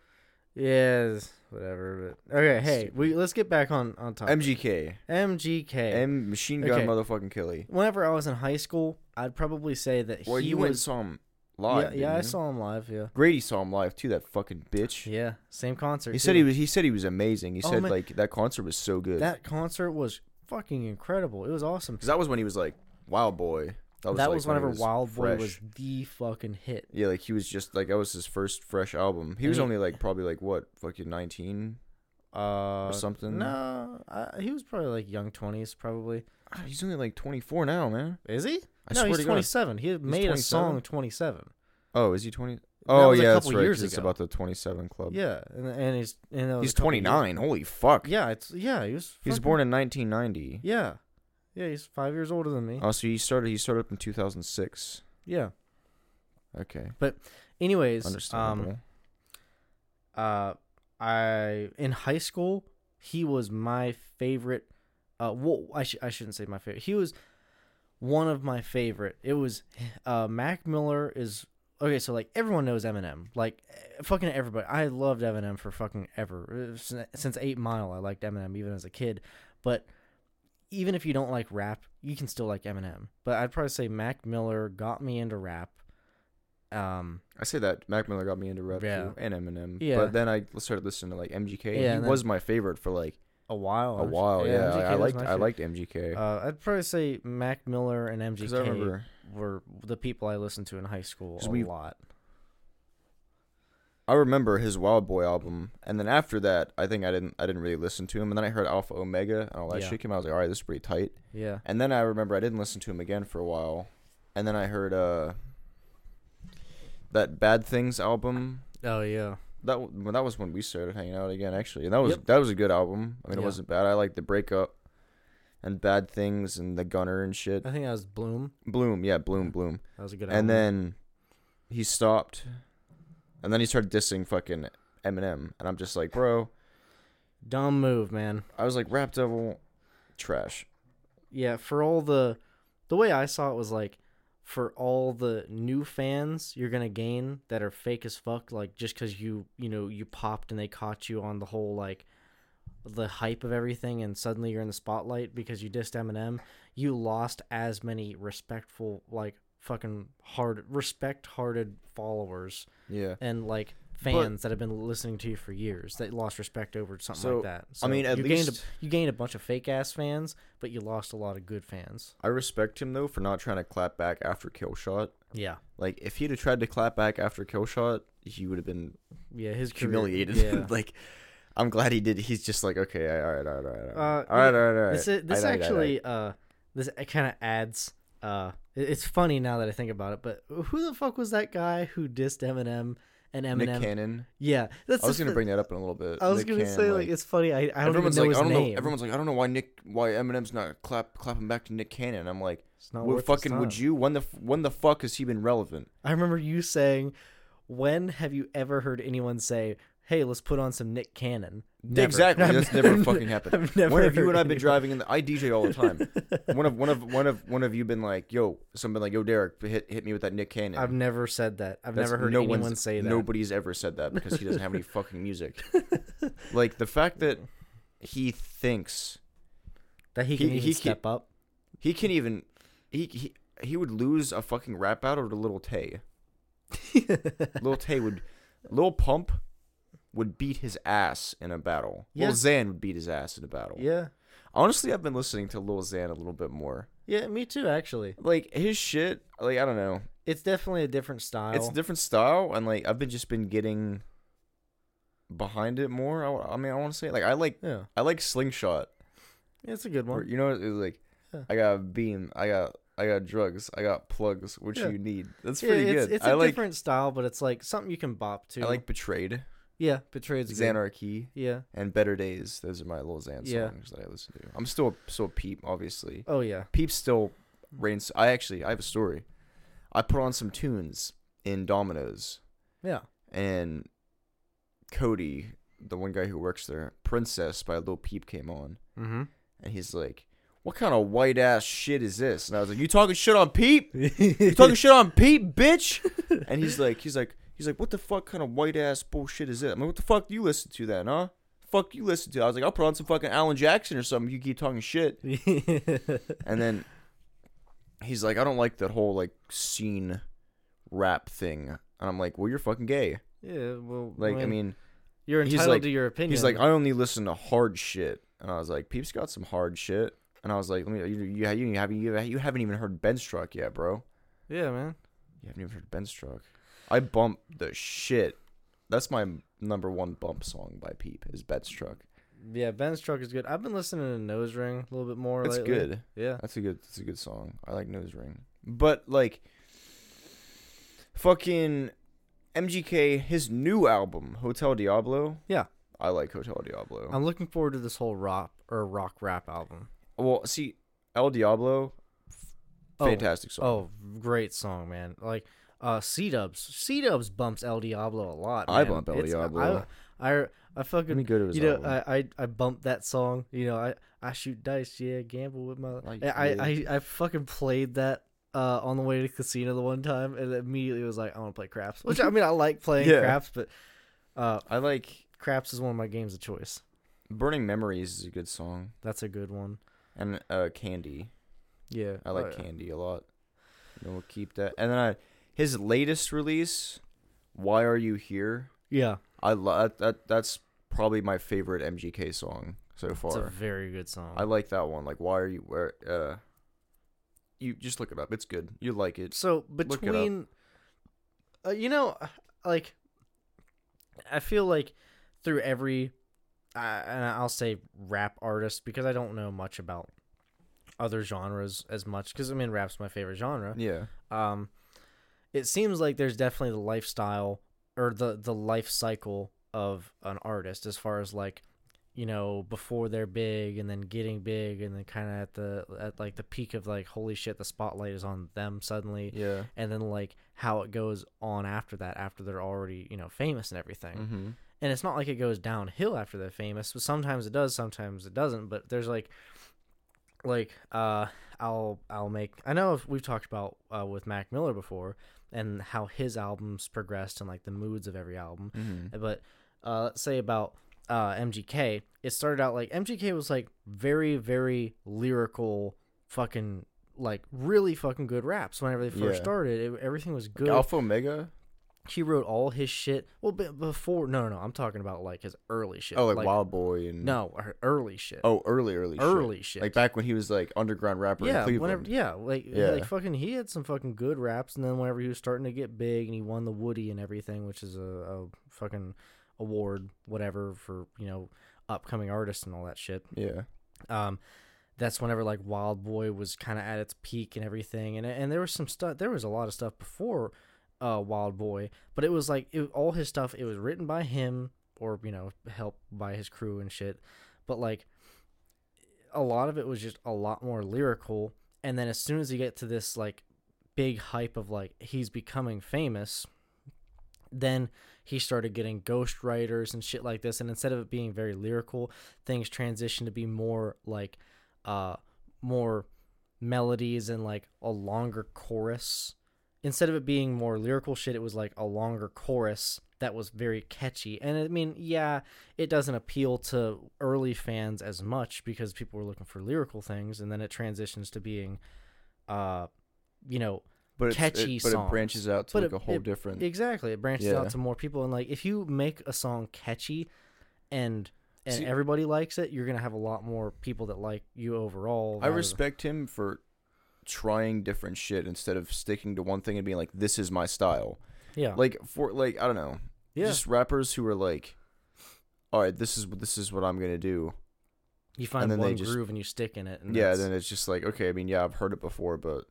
Yes. Whatever. But okay. Hey, we let's get back on on top. MGK. MGK. M Machine Gun Okay. Motherfucking Kelly. Whenever I was in high school, I'd probably say that Well, he you was. went and saw him live. yeah, yeah I didn't you? saw him live. Yeah. Grady saw him live too. That fucking bitch. Yeah. Same concert. He said too. he was. He said he was amazing. He Oh, said man. like that concert was so good. That concert was fucking incredible. It was awesome. Because that was when he was like Wild Boy. That That was, like, when he whenever Wild Boy fresh. was the fucking hit. Yeah, like he was just like that was his first fresh album. He And was he- only like probably like what fucking nineteen Uh, or something. No, I, he was probably like young twenties, probably. Ah, he's only like twenty four now, man. Is he? I no, swear he's to God. twenty-seven. He made a 27? song twenty-seven. Oh, is he twenty? Oh was a yeah, that's couple right. years 'cause It's ago. about the twenty seven club. Yeah, and, and he's and that was he's a couple twenty nine. Holy fuck. years- Yeah, it's yeah. He was. He was fucking- born in nineteen ninety. Yeah, yeah. He's five years older than me. Oh, so he started. He started up in 2006. yeah. Okay, Anyways, understandable. um, uh, I in high school he was my favorite. Uh, well, I sh- I shouldn't say my favorite. He was one of my favorite. It was, uh, Mac Miller is okay. So like everyone knows Eminem. Like eh, fucking everybody. I loved Eminem for fucking ever Uh, sin- since Eight Mile. I liked Eminem even as a kid. But even if you don't like rap, you can still like Eminem. But I'd probably say Mac Miller got me into rap. Um, I say that Mac Miller got me into rap Yeah. too, and Eminem. Yeah. But then I started listening to like MGK. and Yeah, he and Oh, was my favorite for like a while. a while. Yeah, I- MGK I was liked my I shit. liked MGK Uh, I'd probably say Mac Miller and because MGK I remember were the people I listened to in high school 'Cause a we- lot. I remember his Wild Boy album, and then after that, I think I didn't I didn't really listen to him, and then I heard Alpha Omega and all that Yeah. shit came out. I was like, all right, this is pretty tight. Yeah. And then I remember I didn't listen to him again for a while, and then I heard uh that Bad Things album. Oh yeah. That w- well, that was when we started hanging out again, actually, and that was Yep. that was a good album. I mean, Yeah. it wasn't bad. I liked the breakup and Bad Things and the Gunner and shit. I think that was Bloom. Bloom, yeah, Bloom, Bloom, That was a good. album. and then he stopped, and then he started dissing fucking Eminem, and I'm just like, bro. dumb move, man. I was like, Rap Devil, trash. Yeah, for all the the way I saw it was like for all the new fans you're gonna gain that are fake as fuck, like just because you you know you popped and they caught you on the whole like the hype of everything, and suddenly you're in the spotlight because you dissed Eminem. You lost as many respectful like fucking hard respect hearted followers Yeah. and like fans that have been listening to you for years that lost respect over something So, like that. I mean, at you gained a, least- you gained a bunch of fake ass fans, but you lost a lot of good fans. I respect him though for not trying to clap back after kill shot. Yeah, Like if he'd have tried to clap back after kill shot, he would have been yeah, his career- humiliated. Yeah. like I'm glad he did. He's just like, okay, all right, all right, all right, all right, Uh, all right, all right. all this right. is, this All right, all right, all right. actually uh this kind of adds uh it- it's funny now that I think about it, but who the fuck was that guy who dissed Eminem and Eminem? Nick Cannon. Yeah, that's I was the gonna f- bring that up in a little bit. I was Nick gonna Cannon, say like- like it's funny. I, I don't even everyone's know like, his I don't name. know. Everyone's like, I don't know why Nick, why Eminem's not clap clapping back to Nick Cannon. I'm like, It's not well, worth his fucking, would time. you? When the f- when the fuck has he been relevant? I remember you saying, "When have you ever heard anyone say, hey, let's put on some Nick Cannon?'" Never. Exactly. I've That's never never- fucking happened. I've never One of you heard and I've been anyone- driving in the I DJ all the time. one of one of one of one of you been like, yo, something like, yo, Derek, hit hit me with that Nick Cannon. I've never said that. I've That's- never heard no one's- anyone say that. Nobody's ever said that because he doesn't have any fucking music. Like the fact that he thinks that he He- can even he can- step up. he can even he he, he would lose a fucking rap battle to Little Tay. Lil Tay would Lil Pump would beat his ass in a battle. Yeah. Lil Xan would beat his ass in a battle. yeah. Honestly, I've been listening to Lil Xan a little bit more. Yeah, me too. Actually, Like his shit, like I don't know. it's definitely a different style. It's a different style and like I've been just been getting behind it more. I, wa- I mean, I want to say like I like yeah, I like slingshot. it's a good Or, one. you know, it's like Yeah. I got a beam, I got I got drugs, I got plugs. What Yeah. you need? That's Yeah, pretty it's, good. it's I a like different style, but it's like something you can bop to. I like betrayed, yeah, betrayed's good. Xanarchy, Yeah. and Better Days. Those are my little Xan Yeah. songs that I listen to. I'm still still peep, obviously. Oh yeah. Peep still reigns. I actually I have a story. I put on some tunes in Domino's Yeah. and Cody, the one guy who works there, Princess by Lil Peep came on, and he's like, "What kind of white ass shit is this?" And I was like, "You talking shit on Peep? You Mm-hmm. talking shit on Peep, bitch?" And he's like, "He's like, he's like, what the fuck kind of white ass bullshit is it? I'm like, what the fuck do you listen to then, huh?" Fuck you listen to. I was like, I'll put on some fucking Alan Jackson or something. You keep talking shit. And then he's like, I don't like that whole like scene rap thing. And I'm like, well, you're fucking gay. yeah. Well, Like, I mean, you're he's entitled like- to your opinion. he's like, I only listen to hard shit. And I was like, Peep's got some hard shit. And I was like, let me, you, you, you, haven't, you, you haven't even heard Benstruck yet, bro. yeah, man. You haven't even heard Benstruck. I bump the shit. That's my number one bump song by Peep is Benstruck. Yeah, Ben's truck is good. I've been listening to Nose Ring a little bit more It's lately. good. Yeah. That's a good. That's a good song. I like Nose Ring, but like, fucking MGK, his new album Hotel Diablo. Yeah. Um, I like Hotel Diablo. I'm looking forward to this whole rock or rock rap album. well, see, El Diablo, Oh, fantastic song. Oh, great song, man. Like uh C Dubs. C Dubs bumps El Diablo a lot. I man. bump El Diablo. I I, I Let me fucking go to his you know, uh, album. I, I I bump that song. You know, I I shoot dice, yeah, gamble with my Like, I, yeah. I, I I fucking played that uh, on the way to the casino the one time, and immediately was like, I want to play craps. Which I mean, I like playing Yeah. craps, but uh, I like craps is one of my games of choice. Burning Memories is a good song, That's a good one. and uh, Candy. Yeah, I like uh, Candy a lot. And we'll keep that. And then I, his latest release, "Why Are You Here." Yeah, I lo- that, that that's probably my favorite MGK song so it's a far. very good song. I like that one. Like, why are you where? Uh, you just look it up. It's good. You like it. So it up. between, uh, you know, like I feel like through every, uh, and I'll say rap artist because I don't know much about other genres as much because I mean rap's my favorite genre. Yeah. Um, it seems like there's definitely the lifestyle or the the life cycle of an artist as far as like you know before they're big and then getting big and then kind of at the at like the peak of like holy shit the spotlight is on them suddenly Yeah. and then like how it goes on after that after they're already you know famous and everything Mm-hmm. and it's not like it goes downhill after they're famous but sometimes it does sometimes it doesn't but there's like like uh i'll i'll make i know if we've talked about uh, with mac miller before and how his albums progressed and like the moods of every album Mm-hmm. but uh, let's say about uh, MGK, it started out like MGK was like very, very lyrical, fucking like really fucking good raps. Whenever they first Yeah. started, it, everything was good. Alpha Omega. he wrote all his shit. Well, b- before no, no, no, I'm talking about like his early shit. Oh, like, Wild Boy and No, or early shit. Oh, early, early, shit. early shit. Like back when he was like underground rapper in yeah, Cleveland. whenever yeah, like Yeah. like fucking he had some fucking good raps, and then whenever he was starting to get big, and he won the Woody and everything, which is a, a fucking award, whatever for you know upcoming artists and all that shit. yeah. Um, that's whenever like Wild Boy was kind of at its peak and everything, and and there was some stuff, there was a lot of stuff before uh Wild Boy, but it was like it, all his stuff, it was written by him or you know helped by his crew and shit, but like a lot of it was just a lot more lyrical, and then as soon as you get to this like big hype of like he's becoming famous then he started getting ghost writers and shit like this and instead of it being very lyrical things transition to be more like uh more melodies and like a longer chorus instead of it being more lyrical shit it was like a longer chorus that was very catchy and i mean yeah it doesn't appeal to early fans as much because people were looking for lyrical things and then it transitions to being uh you know But it's, catchy it, but it songs. branches out to But like it- a whole it- different. Exactly. It branches Yeah. out to more people and like if you make a song catchy and and See- everybody likes it, you're gonna have a lot more people that like you overall. I rather- respect him for trying different shit instead of sticking to one thing and being like, "This is my style." Yeah. Like for like, I don't know, yeah. just rappers who are like, "All right, this is this is what I'm gonna do." you find then they one just- groove and you stick in it. And yeah, that's- then it's just like, okay, I mean, yeah, I've heard it before, but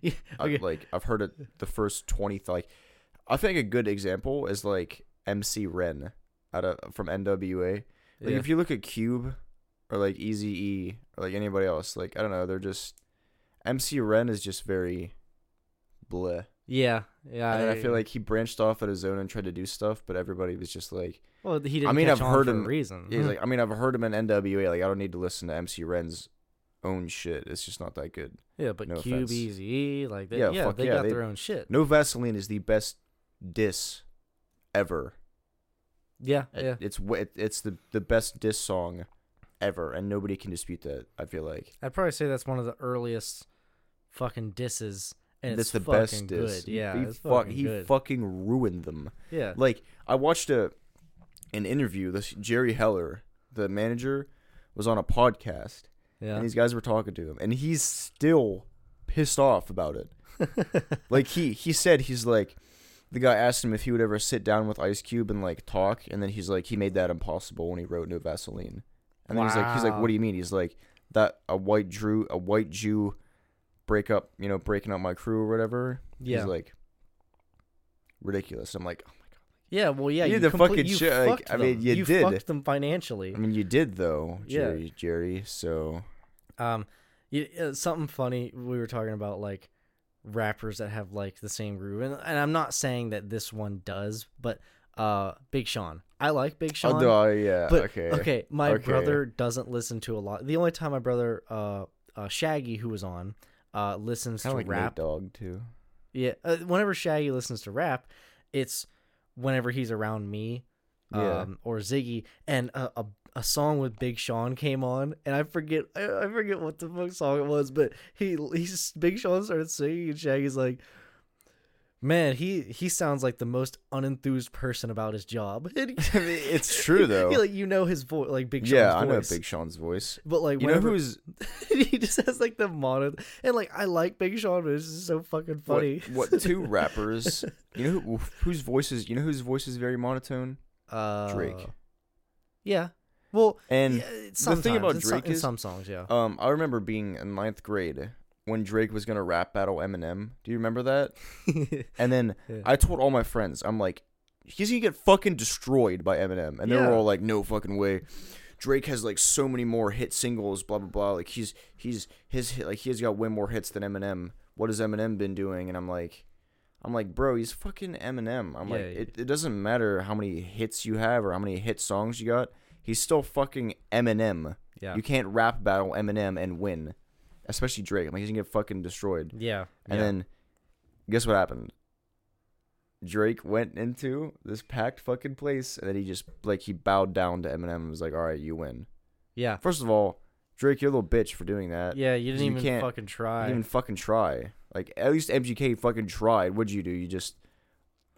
yeah. Okay. I, like I've heard it the first twenty. Th- like, I think a good example is like MC Ren out of from NWA. Like Yeah. if you look at Cube or like Easy E or like anybody else, like I don't know, they're just MC Ren is just very bleh. yeah. Yeah. And then I feel like he branched off at his own and tried to do stuff, but everybody was just like, well, he didn't. I mean, catch I've on heard for a him- reason. he's like, I mean, I've heard him in NWA, like I don't need to listen to MC Ren's own shit. It's just not that good. yeah, but no offense. QBZE, like they, yeah, Yeah, fuck they yeah, got they- their own shit. No Vaseline is the best diss ever. yeah. It- Yeah. It's wh- it, it's the the best diss song ever, and nobody can dispute that. I feel like I'd probably say that's one of the earliest fucking disses. And that's it's the fucking best diss. good. Yeah, he, it's fuck, fucking he good. fucking ruined them. yeah, Like I watched a an interview. This Jerry Heller, the manager, was on a podcast, yeah. and these guys were talking to him, and he's still pissed off about it. like he he said he's like the guy asked him if he would ever sit down with Ice Cube and like talk, and then he's like he made that impossible when he wrote No Vaseline, and then he's like he's like Wow. what do you mean? He's like that a white Jew a white Jew break up you know breaking up my crew or whatever. Yeah. he's like ridiculous. I'm like oh Yeah, well, yeah, You you, did the complete- fucking you shit, like, fucked I mean, them. you did. Mm. fucked them financially. I mean you did though, Yeah. Jerry Jerry. So Um, you, uh, something funny we were talking about, like rappers that have like the same groove, and, and I'm not saying that this one does, but uh, Big Sean, I like Big Sean. although I- yeah but Oh, okay my Okay. brother doesn't listen to a lot. The only time my brother, uh, uh Shaggy, who was on, uh, listens kind of to like rap Nate Dogg too. Yeah, uh, whenever Shaggy listens to rap, it's whenever he's around me, um, Yeah. or Ziggy, and a, a a song with Big Sean came on, and I forget I, I forget what the fuck song it was, but he he's Big Sean started singing, and Shaggy's like, Man, he he sounds like the most unenthused person about his job. I mean, it's true, though. like you know his voice, like Big Sean's yeah, I know voice. Big Sean's voice. But like You whenever know who's he just has like the mono, and like I like Big Sean, but it's just so fucking what- funny. What, two rappers? you know who, whose voices? You know whose voice is very monotone? Uh, Drake. Yeah. Well, And yeah, sometimes, about in some- Drake in is- some songs, yeah. um, I remember being in ninth grade when Drake was gonna rap battle Eminem. Do you remember that? And then Yeah. I told all my friends, I'm like, he's gonna get fucking destroyed by Eminem, and they Yeah. were all like, no fucking way. Drake has like so many more hit singles, blah blah blah. Like he's he's his hit, like he's got way more hits than Eminem. What has Eminem been doing? And I'm like, I'm like, bro, he's fucking Eminem. I'm like, Yeah, yeah. It, it doesn't matter how many hits you have or how many hit songs you got. He's still fucking Eminem. yeah. You can't rap battle Eminem and win, especially Drake. I'm like, he's gonna get fucking destroyed. yeah. And yeah. then guess what happened? Drake went into this packed fucking place and then he just like he bowed down to Eminem and was like, Alright, you win. yeah. First of all, Drake, you're a little bitch for doing that. Yeah, you didn't you even can't- fucking You try. didn't even fucking try. Like at least MGK fucking tried. What'd you do? You just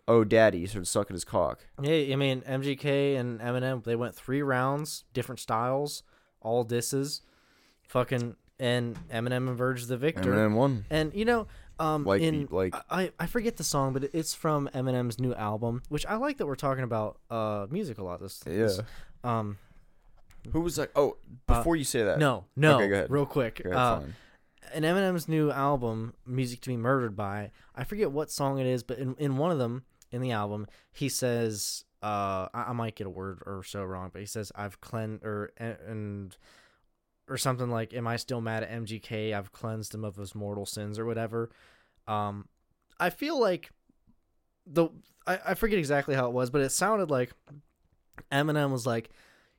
Oh daddy, you started sucking his cock. Hey, I mean MGK and Eminem, they went three rounds, different styles, all disses, fucking, and Eminem emerged the victor. Eminem won. And you know, um, Like in beat, like- I I forget the song, but it's from Eminem's new album, which I like that we're talking about uh music a lot. This Yeah. this- um Who was like oh before you say that Uh, no no Okay, go ahead. real quick Okay, uh, fine. in Eminem's new album, Music to Be Murdered By, I forget what song it is, but in, in one of them, in the album, he says, uh, I, I might get a word or so wrong, but he says, I've cleansed, or, a- and, or something like, Am I still mad at MGK? I've cleansed him of his mortal sins or whatever. Um, I feel like the, I, I forget exactly how it was, but it sounded like Eminem was like,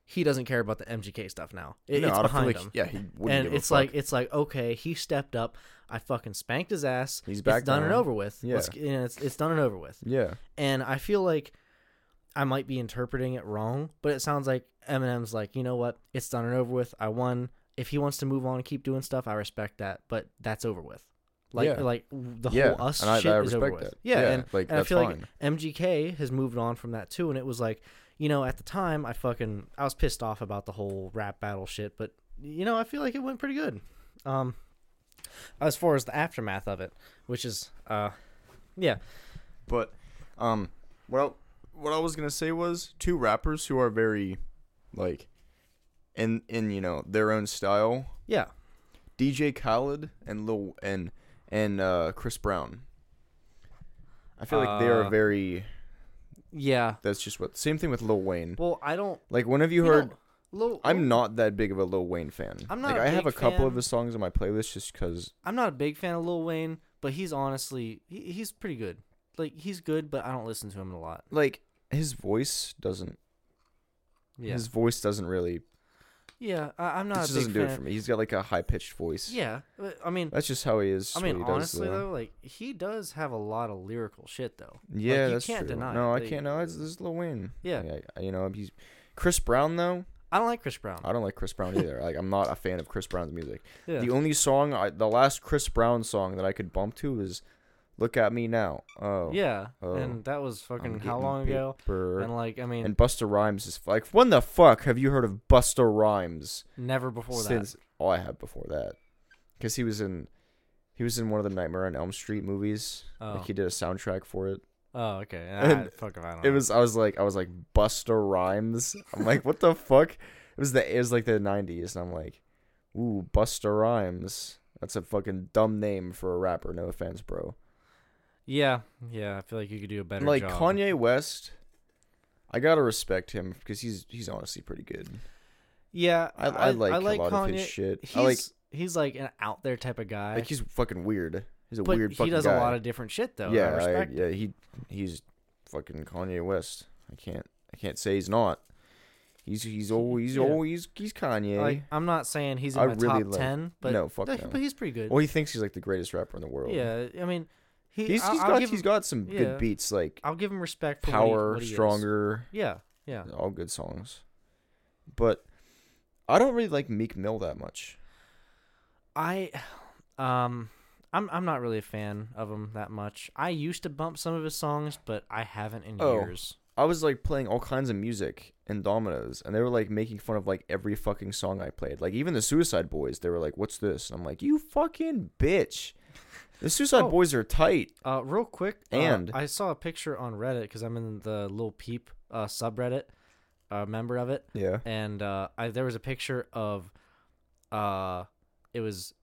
he doesn't care about the MGK stuff now. It- No, it's I don't feel behind like- him Yeah, he wouldn't and give a it's fuck. like it's like okay, he stepped up. I fucking spanked his ass. He's back It's done and down. over with. Yeah. Let's- you know, it's it's done and over with. Yeah. And I feel like I might be interpreting it wrong, but it sounds like Eminem's like, you know what? It's done and over with. I won. If he wants to move on and keep doing stuff, I respect that. But that's over with. Like Yeah. like the Yeah, whole us and I- shit I is over respect with. that. Yeah, Yeah, and like, and I that's feel fine. like MGK has moved on from that too. And it was like, you know, at the time I fucking I was pissed off about the whole rap battle shit, but you know I feel like it went pretty good. Um, as far as the aftermath of it, which is uh, yeah, But um well what I was gonna say was two rappers who are very like in in, you know, their own style. yeah, DJ Khaled and Lil and and uh Chris Brown. I feel like they Uh. are very yeah. that's just what same thing with Lil Wayne. Well, I don't. Like when have you you know, heard Lil- I'm not that big of a Lil Wayne fan. I'm not Like a I have a big couple of fan. his songs on my playlist just cuz I'm not a big fan of Lil Wayne, but he's honestly he, he's pretty good. Like he's good, but I don't listen to him a lot. like his voice doesn't Yeah, his voice doesn't really yeah. I, I'm it not just a big doesn't do fan. it for me. He's got like a high pitched voice. Yeah, but, I mean, That's just how he is. I just what mean, he does, honestly though. though, like he does have a lot of lyrical shit though. Yeah, you that's can't true. deny no, it. I They- can't. No, it's this Lil Wayne. Yeah. Like, I, you know, he's Chris Brown though. I don't like Chris Brown. I don't like Chris Brown either. like, I'm not a fan of Chris Brown's music. Yeah. The only song, I, the last Chris Brown song that I could bump to is "Look at Me Now." Oh, yeah, Oh. and that was I'm fucking how getting long ago? paper. And like, I mean, And Busta Rhymes is like, when the fuck have you heard of Busta Rhymes? never before since all I have before that, because he was in, he was in one of the Nightmare on Elm Street movies. Oh. Like he did a soundtrack for it. that. Oh, okay. And I, fuck if I don't. It know. was I was like I was like Buster Rhymes. I'm like, what the fuck? It was the it was like the nineties and I'm like, ooh, Buster Rhymes. That's a fucking dumb name for a rapper, no offense, bro. Yeah, yeah. I feel like you could do a better And like job. Kanye West, I gotta respect him because he's he's honestly pretty good. Yeah, I, I, like, a lot of his shit. He's I like he's like an out there type of guy. like he's fucking weird. He's a but weird fucking he does guy. a lot of different shit though. Yeah, yeah, I I- respect. yeah, he he's fucking Kanye West. I can't I can't say he's not. He's he's always he's yeah. always he's Kanye. Like I'm not saying he's in I my really top like- ten, but no, fuck Oh, but he- no. but he's pretty good. Well, he thinks he's like the greatest rapper in the world. yeah, I mean, he, he's, I, he's I'll got give he's him- got some yeah. good beats like I'll give him respect for what he- Power, what he is. Stronger, Yeah, yeah. all good songs. But I don't really like Meek Mill that much. I, um, I'm I'm not really a fan of him that much. I used to bump some of his songs, but I haven't in Oh. years. I was like playing all kinds of music in Domino's, and they were like making fun of like every fucking song I played. Like even the Suicide Boys, they were like, "What's this?" And I'm like, "You fucking bitch." The Suicide Oh. Boys are tight. Uh, real quick, uh, And- I saw a picture on Reddit because I'm in the Lil Peep uh, subreddit, uh, member of it, Yeah. and uh, I, there was a picture of, uh, it was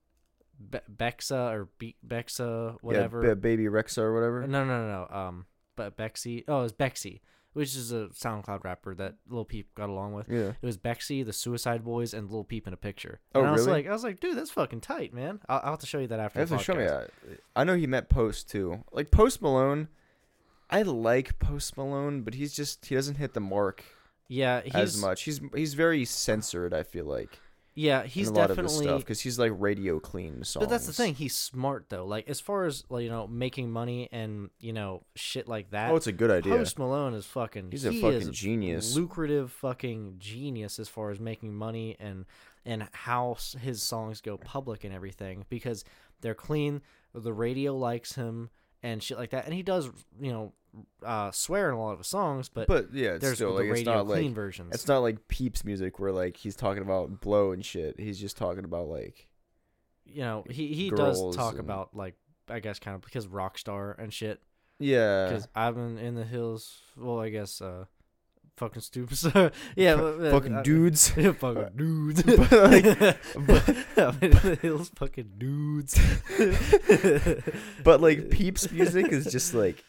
Be- Bexa or Be- Bexa whatever. Yeah, ba- Baby Rexa or whatever. No, no, no, no. Um, but Bexy. Oh, it was Bexy, which is a SoundCloud rapper that Lil Peep got along with. Yeah. It was Bexy, the Suicide Boys, and Lil Peep in a picture. Oh, and I was really? like, I was like, dude, that's fucking tight, man. I'll, I'll have to show you that after. the Definitely show me podcast. that. I know he met Post too. Like Post Malone, I like Post Malone, but he's just he doesn't hit the mark Yeah, he's as much. He's he's very censored. I feel like yeah, he's in a lot of his definitely. stuff because he's like radio clean songs. but that's the thing. He's smart though. Like as far as like you know making money and you know shit like that. Oh, it's a good idea. Post Malone is fucking. He's a he fucking is genius. Lucrative fucking genius as far as making money and and how s- his songs go public and everything because they're clean. The radio likes him and shit like that. And he does you know uh, swear in a lot of his songs, but, but yeah, it's there's still the like it's radio not clean like versions. it's not like Peeps music where like he's talking about blow and shit. He's just talking about like you know he he does girls talk and- about like I guess kind of because Rockstar and shit. yeah, Because I've been in the hills. Well, I guess uh, fucking stupid. So, yeah, but, but- fucking I- dudes. Yeah, fucking dudes. But, like, I'm in the hills, fucking dudes. But like Peeps music is just like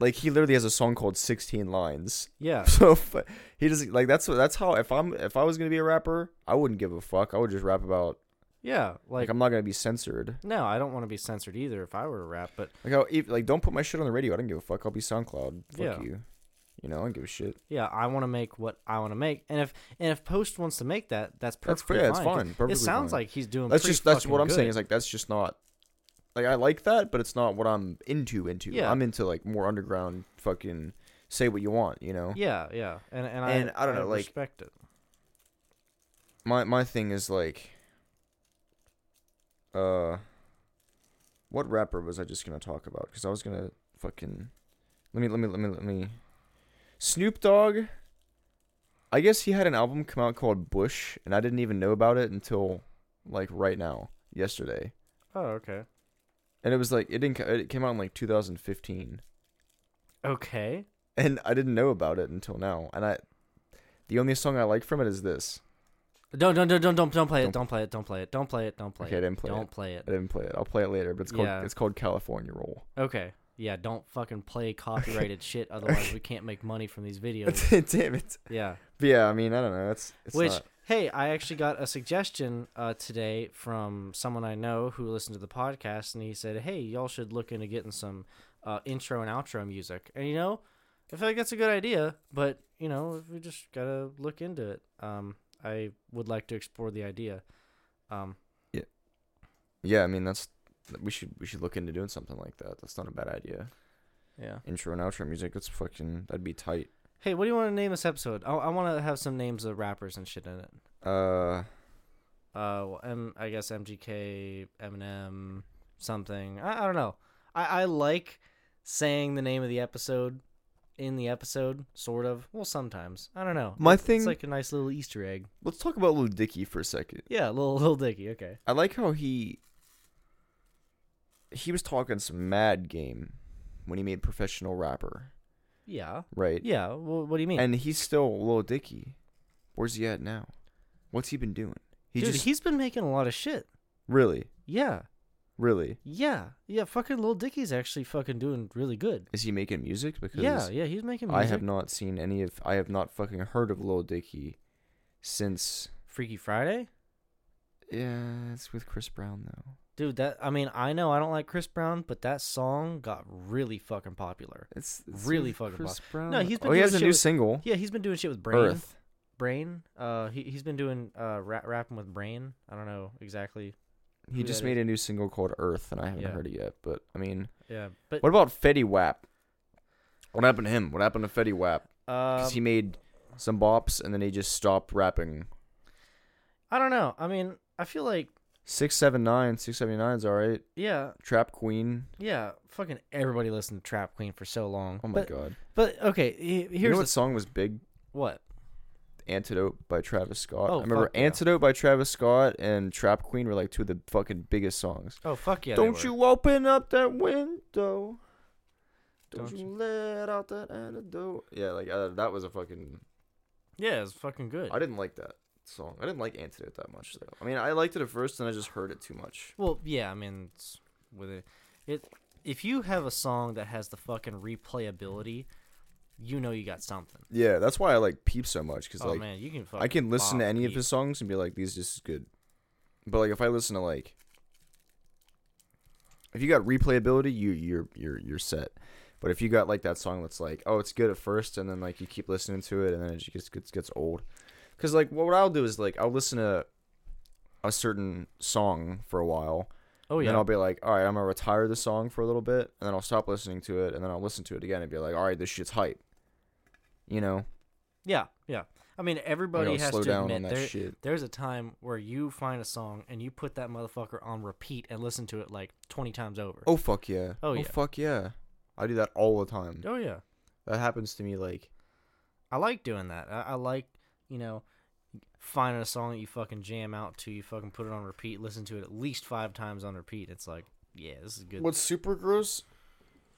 like he literally has a song called 16 lines. yeah, So if, he doesn't like that's what that's how if I'm if I was gonna be a rapper, I wouldn't give a fuck. I would just rap about yeah. Like, like, I'm not gonna be censored. no, I don't want to be censored either. If I were to rap, but Like I'll if, like don't put my shit on the radio. I don't give a fuck. I'll be SoundCloud. Fuck Yeah. you. You know I don't give a shit. yeah, I want to make what I want to make. And if and if Post wants to make that, that's That's perfectly fair. Yeah, it's fine. 'cause fine. Perfectly It sounds fine. like he's doing. that's pretty just that's what fucking I'm saying. good. Is like that's just not like I like that, but it's not what I'm into. Into Yeah. I'm into like more underground fucking say what you want. You know. yeah, yeah, and and, oh. And I, I don't know, like- respect it. my my thing is like uh what rapper was I just gonna talk about? Because I was gonna fucking let me let me let me let me Snoop Dogg I guess he had an album come out called Bush and I didn't even know about it until like right now, yesterday. Oh, okay, And it was like it didn't co- it came out in like 2015 okay. and I didn't know about it until now. And I the only song I like from it is this. Don't don't don't don't don't don't play it. Don't- Don't play it. Don't play it. Don't play it. Don't play Okay, I it. didn't play Don't it. play it. I didn't play it. I'll play it later, but it's called Yeah. it's called California Roll. Okay. Yeah, don't fucking play copyrighted shit otherwise we can't make money from these videos. Damn it. Yeah. But yeah, I mean, I don't know. That's it's Which not- hey, I actually got a suggestion uh, today from someone I know who listened to the podcast and he said, "Hey, y'all should look into getting some uh, intro and outro music." And you know, I feel like that's a good idea, but you know, we just got to look into it. Um I would like to explore the idea. Um yeah, I mean, that's we should we should look into doing something like that. That's not a bad idea. yeah. Intro and outro music. That's fucking. That'd be tight. Hey, what do you want to name this episode? I, I want to have some names of rappers and shit in it. Uh, Uh, well, M, I guess MGK, Eminem, something. I, I don't know. I, I like saying the name of the episode in the episode, sort of. Well, sometimes. I don't know. my It's thing. like a nice little Easter egg. let's talk about Lil Dicky for a second. Yeah, little little Dicky. Okay. I like how he. He was talking some mad game when he made professional rapper, Yeah. right? Yeah. Well, what do you mean? And he's still Lil Dicky. Where's he at now? What's he been doing? He Dude, just he's been making a lot of shit. really, Yeah. really. Yeah. Yeah. Fucking little Dicky's actually fucking doing really good. Is he making music? Because Yeah. Yeah. He's making. Music. I have not seen any of. I have not fucking heard of Lil Dicky since. Freaky Friday. Yeah, it's with Chris Brown though. Dude, that I mean, I know I don't like Chris Brown, but that song got really fucking popular. It's, Really with fucking Chris Brown. No, he's been Oh, he doing has a shit new with- single. Yeah, he's been doing shit with Brain. Earth. Brain. Uh, he he's been doing uh ra- rapping with Brain. I don't know exactly. He Who just that made a new single called Earth, and I haven't Yeah. heard it yet. But I mean, Yeah, but what about Fetty Wap? What happened to him? What happened to Fetty Wap? um, Because he made some bops, and then he just stopped rapping. I don't know. I mean, I feel like Six seven nine, six seventy nine is all right. Yeah, Trap Queen. yeah. Fucking everybody listened to Trap Queen for so long. Oh my but, god. But okay, he- here's you know the- what song was big? what? Antidote by Travis Scott. Oh, I remember fuck yeah. Antidote by Travis Scott and Trap Queen were like two of the fucking biggest songs. Oh fuck yeah! they Don't were. you open up that window. Don't, Don't you let out that antidote. Yeah, like uh, that was a fucking. Yeah, it's fucking good. I didn't like that song. I didn't like Antidote that much though. I mean, I liked it at first, and I just heard it too much. Well, yeah, I mean, it's with it, it. If you have a song that has the fucking replayability, you know you got something. Yeah, that's why I like Peep so much because oh like man, you can. Fucking I can listen to bop any of beat. his songs and be like, these just is good. But like if I listen to like if you got replayability, you you're you're you're set. But if you got like that song that's like, oh, it's good at first, and then like you keep listening to it, and then it just gets gets, gets old. Because like what I'll do is like I'll listen to a certain song for a while, Oh and then yeah, I'll be like, all right, I'm gonna retire the song for a little bit, and then I'll stop listening to it, and then I'll listen to it again and be like, all right, this shit's hype. You know, yeah, yeah. I mean, you everybody know has slow to down on admit that there, shit. there's a time where you find a song and you put that motherfucker on repeat and listen to it like twenty times over. Oh fuck yeah. Oh, yeah. fuck yeah. I do that all the time. oh yeah. That happens to me like I like doing that. I, I like, you know, finding a song that you fucking jam out to, you fucking put it on repeat, listen to it at least five times on repeat. It's like, yeah, this is good. what's super gross?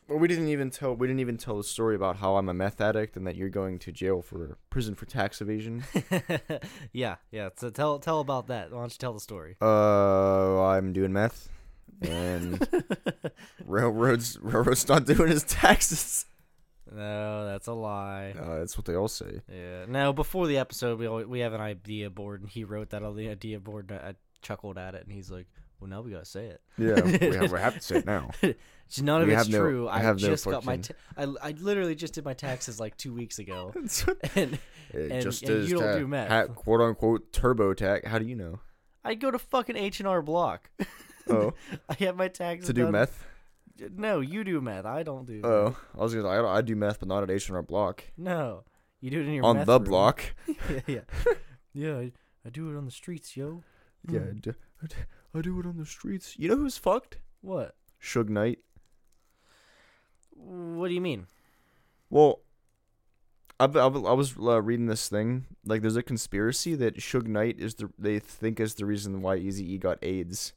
Well, we didn't even tell we didn't even tell the story about how I'm a meth addict and that you're going to jail for prison for tax evasion. yeah, yeah. So tell tell about that. Why don't you tell the story? uh, I'm doing meth, and railroads railroads not doing his taxes. No, that's a lie. Uh, that's what they all say. Yeah. Now, before the episode, we always, we have an idea board, and he wrote that on the idea board. And I, I chuckled at it, and he's like, "Well, now we gotta say it." Yeah, we have, we have to say it now. It's None of We it's have no- true. I I, have no just got my. Ta- fucking- I I literally just did my taxes like two weeks ago, it and And- just and is you don't ta- do meth. ha- quote unquote turbo tax. How do you know? I go to fucking H and R Block. Oh, I have my taxes to do done. meth. No, you do meth. I don't do. meth. Oh, I was gonna. Say, I, don't- I do meth, but not at H and R Block. No, you do it in your on meth the room. block. yeah, yeah, yeah. I, I do it on the streets, yo. Yeah, I do, I do- I do it on the streets. You know who's fucked? What? Suge Knight. What do you mean? Well, I, I, I was uh, reading this thing. Like, there's a conspiracy that Suge Knight is the they think is the reason why Easy E got AIDS.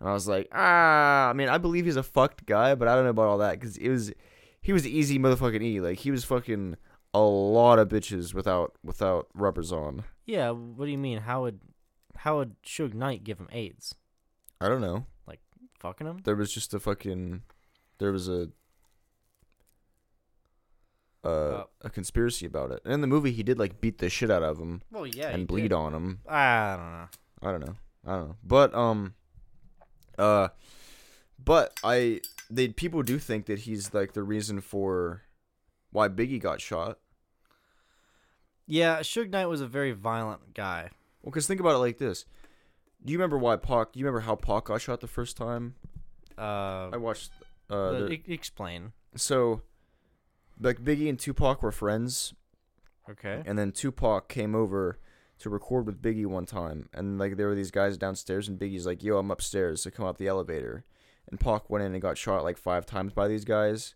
And I was like, ah, I mean, I believe he's a fucked guy, but I don't know about all that because it was he was Easy motherfucking E. Like, he was fucking a lot of bitches without without rubbers on. Yeah. What do you mean? How would how would Suge Knight give him AIDS? I don't know. Fucking him? there was just a fucking there was a uh, Uh, a conspiracy about it. And in the movie he did like beat the shit out of him Well, yeah. and bleed on him. I don't know. I don't know. I don't know. But um uh but I they people do think that he's like the reason for why Biggie got shot. Yeah, Suge Knight was a very violent guy. Well, cuz think about it like this. Do you remember why Pac, do you remember how Pac got shot the first time? Uh, I watched uh but the- e- explain. so like Biggie and Tupac were friends Okay. And then Tupac came over to record with Biggie one time, and like there were these guys downstairs, and Biggie's like, "Yo, I'm upstairs," so come up the elevator. And Pac went in and got shot like five times by these guys,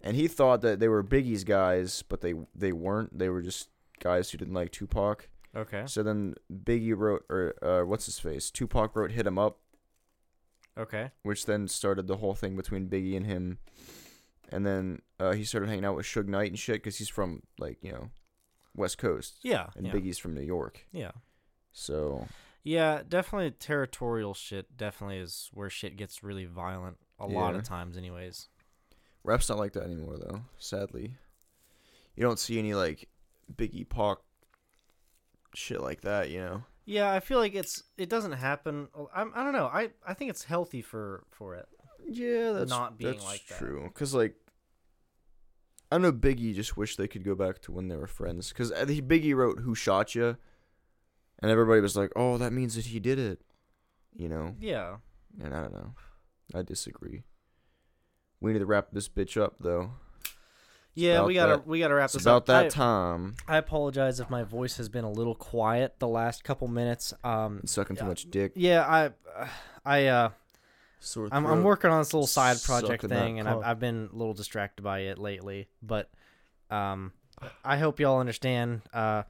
and he thought that they were Biggie's guys, but they they weren't. They were just guys who didn't like Tupac. Okay. So then Biggie wrote, or uh, what's his face? Tupac wrote "Hit 'Em Up," Okay. which then started the whole thing between Biggie and him. And then uh, he started hanging out with Suge Knight and shit because he's from like you know, West Coast, Yeah. and yeah. Biggie's from New York. Yeah. So Yeah, definitely territorial shit definitely is where shit gets really violent a lot Yeah. of times anyways. rap's not like that anymore, though. Sadly, you don't see any like Biggie Pac shit like that. You know, Yeah, I feel like it's it doesn't happen I'm, I don't know. I I think it's healthy for for it. yeah, that's- Not being like that. true. Because like, I know Biggie just wished they could go back to when they were friends. Because Biggie wrote "Who Shot Ya," and everybody was like, "Oh, that means that he did it," you know. Yeah. And I don't know. I disagree. We need to wrap this bitch up, though. Yeah, we about gotta that- we gotta wrap It's this about up. that I- time. I, apologize if my voice has been a little quiet the last couple minutes. Um, Sucking too much dick. yeah, I, I, uh, Sore I'm, I'm throat. working on this little side project Sucking that thing, and I've, cock. I've been a little distracted by it lately. But um, I hope y'all understand. Uh,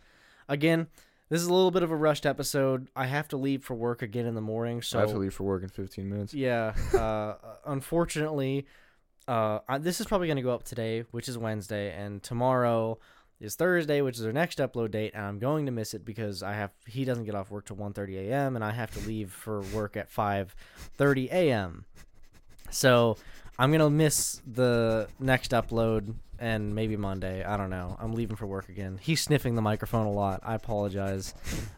again, this is a little bit of a rushed episode. I have to leave for work again in the morning, so I have to leave for work in 15 minutes. yeah. Uh, unfortunately, uh, I, this is probably going to go up today, which is Wednesday, and tomorrow is Thursday, which is our next upload date, and I'm going to miss it because I have he doesn't get off work till 1:30 a.m. and I have to leave for work at 5:30 a.m. So I'm gonna miss the next upload and maybe Monday. I don't know. I'm leaving for work again. He's sniffing the microphone a lot. I apologize.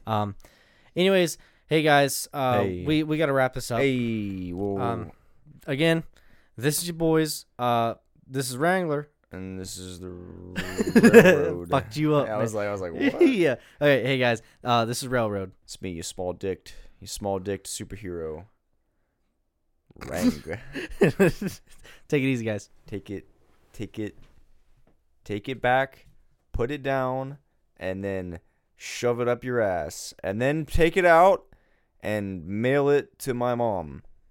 Um, anyways, hey guys, uh, Hey. we we gotta wrap this up Hey, whoa. Um, again, this is your boys. Uh, this is Wrangler. and this is the railroad. Fucked you up. I was like, I was like, man. what? yeah. Okay, hey guys. Uh, this is Railroad. It's me, you small dicked, you small dicked superhero. Rang. Take it easy, guys. take it, take it, take it back, put it down, and then shove it up your ass, and then take it out and mail it to my mom.